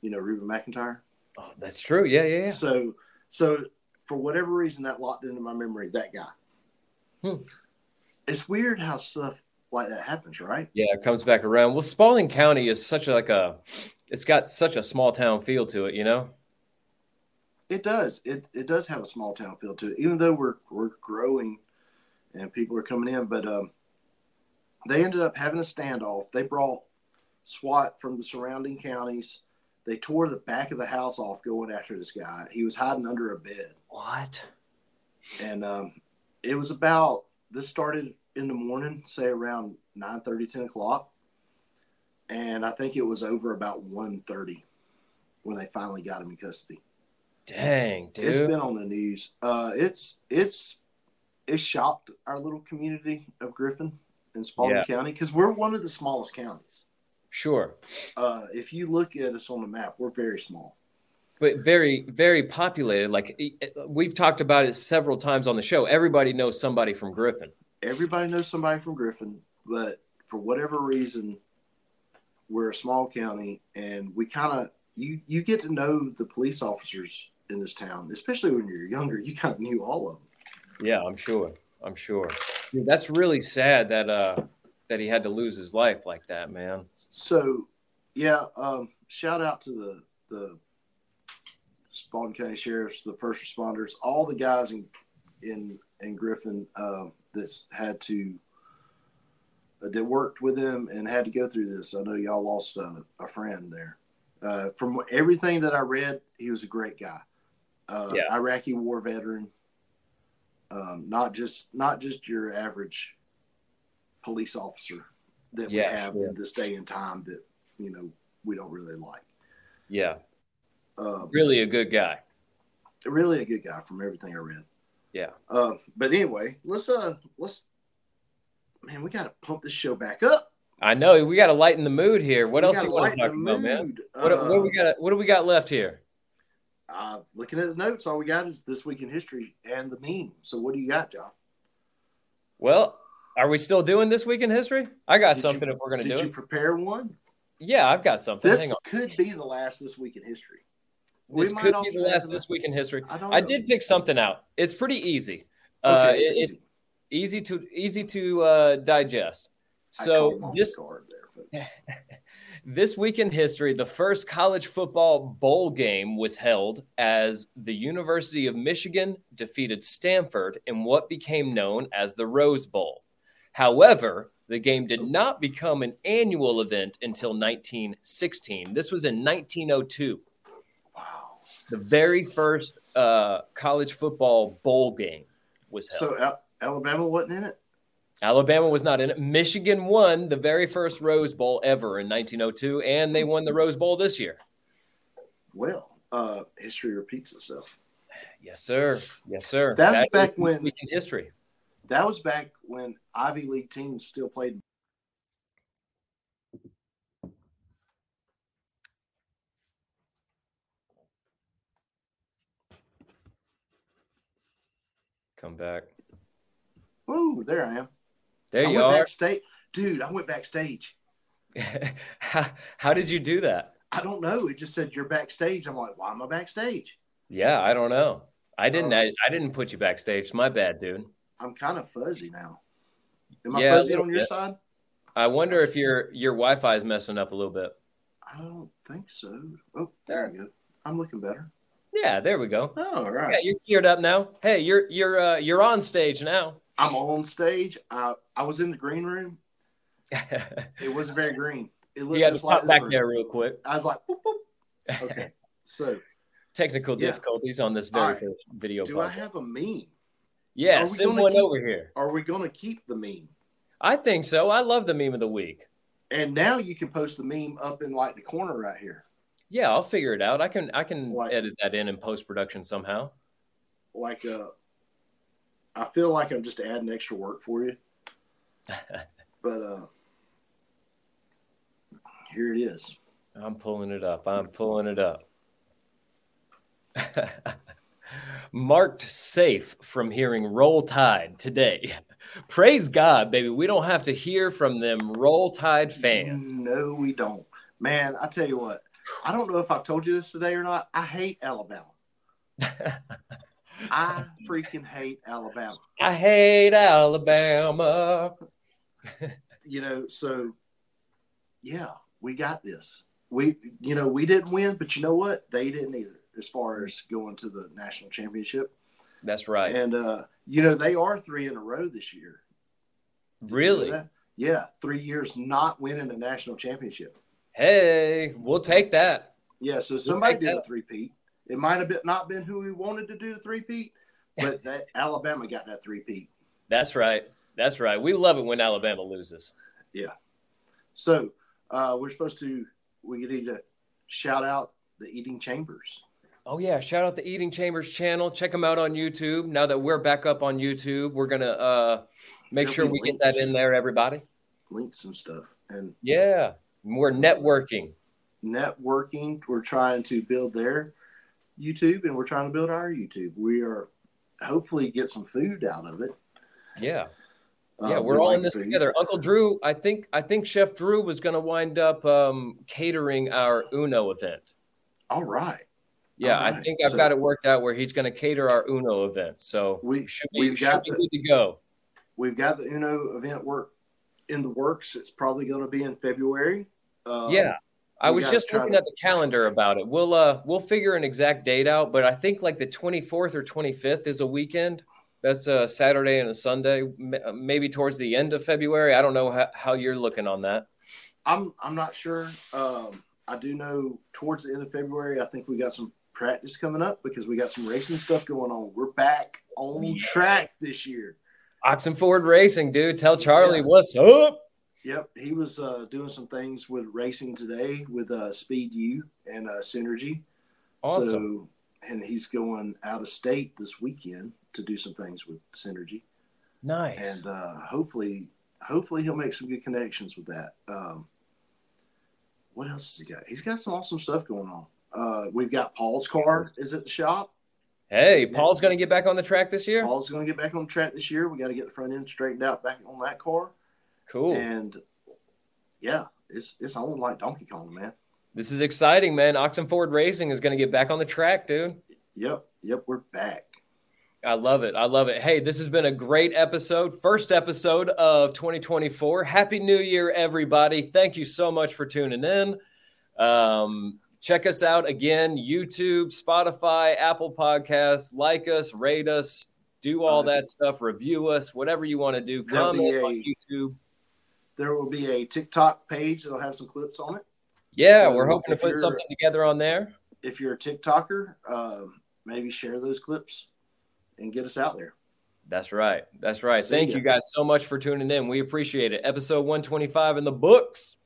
Speaker 2: You know, Reba McIntyre.
Speaker 1: Oh, that's true. Yeah. Yeah. Yeah.
Speaker 2: So, so for whatever reason, that locked into my memory that guy.
Speaker 1: Hmm.
Speaker 2: It's weird how stuff like that happens, right?
Speaker 1: Yeah, it comes back around. Well, Spalding County is such a, like a, it's got such a small town feel to it, you know.
Speaker 2: It does. It it does have a small town feel to it, even though we're we're growing and people are coming in. But um, they ended up having a standoff. They brought SWAT from the surrounding counties. They tore the back of the house off going after this guy. He was hiding under a bed.
Speaker 1: What?
Speaker 2: and um, it was about this started in the morning say around 9 10 o'clock and i think it was over about 1 when they finally got him in custody
Speaker 1: Dang, dude.
Speaker 2: it's been on the news uh, it's it's it shocked our little community of griffin and spalding
Speaker 1: Yeah.
Speaker 2: county because we're one of the smallest counties
Speaker 1: sure,
Speaker 2: uh, if you look at us on the map we're very small
Speaker 1: but very, very populated. Like e- e- we've talked about it several times on the show. Everybody knows somebody from Griffin.
Speaker 2: everybody knows somebody from Griffin, but for whatever reason, we're a small county, and we kind of you you get to know the police officers in this town, especially when you're younger. You kind of knew all of them.
Speaker 1: Yeah, I'm sure. I'm sure. Dude, that's really sad that uh that he had to lose his life like that, man.
Speaker 2: So, yeah, um, shout out to the the Spalding County sheriffs, the first responders, all the guys in in in Griffin uh, that's had to uh, that worked with them and had to go through this. I know y'all lost a, a friend there. Uh, from everything that I read, he was a great guy. Uh,
Speaker 1: Yeah.
Speaker 2: Iraqi war veteran, um, not just not just your average police officer that
Speaker 1: Yeah,
Speaker 2: we have
Speaker 1: sure.
Speaker 2: in this day and time that you know we don't really like.
Speaker 1: Yeah,
Speaker 2: Um,
Speaker 1: really a good guy.
Speaker 2: really a good guy from everything I read.
Speaker 1: Yeah.
Speaker 2: Uh, but anyway, let's uh let's man, we gotta pump this show back up.
Speaker 1: I know. We got to lighten the mood here. What
Speaker 2: We
Speaker 1: else
Speaker 2: gotta
Speaker 1: you want to
Speaker 2: lighten
Speaker 1: talk
Speaker 2: the
Speaker 1: about, man?
Speaker 2: mood.
Speaker 1: What,
Speaker 2: uh,
Speaker 1: what we got? What do we got left here?
Speaker 2: uh, looking at the notes, all we got is this week in history and the meme. So what do you got, John?
Speaker 1: Well, are we still doing this week in history? I got
Speaker 2: Did you-
Speaker 1: something if we're going to
Speaker 2: Did
Speaker 1: do
Speaker 2: you
Speaker 1: it.
Speaker 2: prepare one?
Speaker 1: Yeah, I've got something.
Speaker 2: This
Speaker 1: Hang on.
Speaker 2: could be the last this week in history. we
Speaker 1: This
Speaker 2: might
Speaker 1: could be
Speaker 2: also
Speaker 1: the last
Speaker 2: have
Speaker 1: this week in history.
Speaker 2: I don't.
Speaker 1: I
Speaker 2: know.
Speaker 1: did pick something out. It's pretty easy. uh,
Speaker 2: Oh, Okay, it's
Speaker 1: it- it-
Speaker 2: easy.
Speaker 1: easy to easy to uh, digest.
Speaker 2: I
Speaker 1: So
Speaker 2: caught him off
Speaker 1: this
Speaker 2: guard there, but
Speaker 1: This week in history, the first college football bowl game was held as the University of Michigan defeated Stanford in what became known as the Rose Bowl. However, the game did not become an annual event until 1916. This was in 1902,
Speaker 2: Wow.
Speaker 1: the very first uh, college football bowl game was held.
Speaker 2: So Al- Alabama wasn't in it.
Speaker 1: Alabama was not in it. Michigan won the very first Rose Bowl ever in 1902, and they won the Rose Bowl this year.
Speaker 2: Well, uh, history repeats itself.
Speaker 1: Yes, sir. Yes, sir.
Speaker 2: That's back
Speaker 1: is
Speaker 2: when-
Speaker 1: Week in history.
Speaker 2: That was back when Ivy League teams still played.
Speaker 1: Come back.
Speaker 2: Woo, there I am.
Speaker 1: There
Speaker 2: I
Speaker 1: you
Speaker 2: went
Speaker 1: are.
Speaker 2: backstage. Dude, I went backstage.
Speaker 1: <laughs> how, how did you do that?
Speaker 2: I don't know. It just said you're backstage. I'm like, why am I backstage?
Speaker 1: Yeah, I don't know. I didn't.
Speaker 2: Oh.
Speaker 1: I, I didn't put you backstage. My bad, dude.
Speaker 2: I'm kind of fuzzy now. Am I
Speaker 1: Yeah, a
Speaker 2: fuzzy
Speaker 1: little
Speaker 2: on your
Speaker 1: bit.
Speaker 2: side?
Speaker 1: I wonder if your your Wi-Fi is messing up a little bit.
Speaker 2: I don't think so. Oh, there I go. I'm looking better.
Speaker 1: Yeah, there we go.
Speaker 2: Oh, all right.
Speaker 1: Yeah, you're cleared up now. Hey, you're you're uh, you're on stage now. <laughs>
Speaker 2: I'm on stage. I, I was in the green room.
Speaker 1: you
Speaker 2: It wasn't very green. It looked
Speaker 1: got to
Speaker 2: just like
Speaker 1: pop
Speaker 2: this
Speaker 1: back
Speaker 2: room.
Speaker 1: there real quick.
Speaker 2: I was like, boop,
Speaker 1: <laughs>
Speaker 2: boop. okay. So,
Speaker 1: Technical
Speaker 2: Yeah.
Speaker 1: difficulties on this very
Speaker 2: All right.
Speaker 1: first video.
Speaker 2: do I
Speaker 1: podcast.
Speaker 2: have a meme?
Speaker 1: yeah,
Speaker 2: are we
Speaker 1: send
Speaker 2: gonna
Speaker 1: one
Speaker 2: keep-
Speaker 1: over here.
Speaker 2: Are we going to keep the meme?
Speaker 1: I think so. I love the meme of the week.
Speaker 2: And now you can post the meme up in like the corner right here.
Speaker 1: Yeah, I'll figure it out. I can I can
Speaker 2: What?
Speaker 1: edit that in in post production somehow.
Speaker 2: Like, uh, I feel like I'm just adding extra work for you. but uh, here it is.
Speaker 1: I'm pulling it up. I'm pulling it up. <laughs> Marked safe from hearing Roll Tide today. <laughs> Praise God, baby. We don't have to hear from them Roll Tide fans.
Speaker 2: No, we don't. Man, I tell you what, I don't know if I've told you this today or not. I hate Alabama. I freaking hate Alabama.
Speaker 1: I hate Alabama.
Speaker 2: You know, so yeah, we got this. We, you know, we didn't win, but you know what? They didn't either as far as going to the national championship.
Speaker 1: That's right.
Speaker 2: And, uh, you know, they are three in a row this year. Did you know
Speaker 1: Really?
Speaker 2: that? Yeah, three years not winning a national championship.
Speaker 1: Hey, we'll take that.
Speaker 2: Yeah, so somebody
Speaker 1: take
Speaker 2: did
Speaker 1: that.
Speaker 2: a three peat. It might have been, not been who we wanted to do the three peat, but that
Speaker 1: <laughs>
Speaker 2: Alabama got that three peat.
Speaker 1: That's right. That's right. We love it when Alabama loses.
Speaker 2: So uh, we're supposed to we could either shout out the eating chambers.
Speaker 1: Oh yeah, shout out the Eating Chambers channel. Check them out on YouTube. Now that we're back up on YouTube, we're gonna uh, make
Speaker 2: There'll
Speaker 1: sure
Speaker 2: be
Speaker 1: we get
Speaker 2: links.
Speaker 1: that in there, everybody.
Speaker 2: Links and stuff and
Speaker 1: Yeah, we're networking.
Speaker 2: networking. We're trying to build their YouTube and we're trying to build our YouTube. We are hopefully get some food out of it.
Speaker 1: Yeah,
Speaker 2: Uh,
Speaker 1: yeah, we're
Speaker 2: we
Speaker 1: all in
Speaker 2: like
Speaker 1: this
Speaker 2: food.
Speaker 1: together. Uncle Drew, I think I think Chef Drew was gonna wind up um, catering our Uno event.
Speaker 2: All right.
Speaker 1: Yeah, I
Speaker 2: Alright,
Speaker 1: think I've
Speaker 2: so-
Speaker 1: got it worked out where he's gonna cater our Uno event. So
Speaker 2: We-
Speaker 1: should be,
Speaker 2: we've
Speaker 1: should
Speaker 2: got
Speaker 1: be
Speaker 2: the-
Speaker 1: good to go.
Speaker 2: We've got the Uno event work in the works. It's probably going to be in February. Uh,
Speaker 1: yeah i
Speaker 2: we
Speaker 1: was
Speaker 2: gotta
Speaker 1: just
Speaker 2: try
Speaker 1: looking
Speaker 2: to-
Speaker 1: at the calendar about it we'll uh we'll figure an exact date out but i think like the 24th or 25th is a weekend that's a saturday and a sunday m- uh, maybe towards the end of february i don't know how, how you're looking on that
Speaker 2: I'm I'm not sure. Um, I do know towards the end of February, I think we got some practice coming up because we got some racing stuff going on. We're back on
Speaker 1: Yeah.
Speaker 2: track this year.
Speaker 1: oxenford racing dude tell charlie
Speaker 2: Yeah.
Speaker 1: what's up
Speaker 2: Yep, he was uh, doing some things with racing today with uh, Speed U and uh, Synergy.
Speaker 1: Awesome.
Speaker 2: So, and he's going out of state this weekend to do some things with Synergy,
Speaker 1: nice
Speaker 2: and uh, hopefully, hopefully he'll make some good connections with that. Um, what else has he got? He's got some awesome stuff going on. Uh, we've got Paul's car is at the shop.
Speaker 1: hey
Speaker 2: yeah.
Speaker 1: paul's gonna get back on the track this year
Speaker 2: Paul's going to get back on track this year. We got to get the front end straightened out back on that car,
Speaker 1: cool
Speaker 2: and yeah, it's it's on like Donkey Kong, man.
Speaker 1: this is exciting man oxenford racing is gonna get back on the track dude
Speaker 2: Yep, yep, we're back.
Speaker 1: I love it. I love it. Hey, this has been a great episode. First episode of 2024. Happy New Year, everybody. Thank you so much for tuning in. Um, check us out again YouTube, Spotify, Apple Podcasts. Like us, rate us, do all that stuff, review us, whatever you want to do.
Speaker 2: There'll be
Speaker 1: Comment
Speaker 2: a-
Speaker 1: on YouTube.
Speaker 2: There will be a TikTok page that'll have some clips on it.
Speaker 1: Yeah,
Speaker 2: So
Speaker 1: we're hoping to
Speaker 2: if
Speaker 1: put
Speaker 2: you're-
Speaker 1: something together on there.
Speaker 2: If you're a TikToker, um, maybe share those clips and get us out there.
Speaker 1: That's right. That's right.
Speaker 2: See
Speaker 1: Thank
Speaker 2: ya.
Speaker 1: you guys so much for tuning in. We appreciate it. Episode 125 in the books.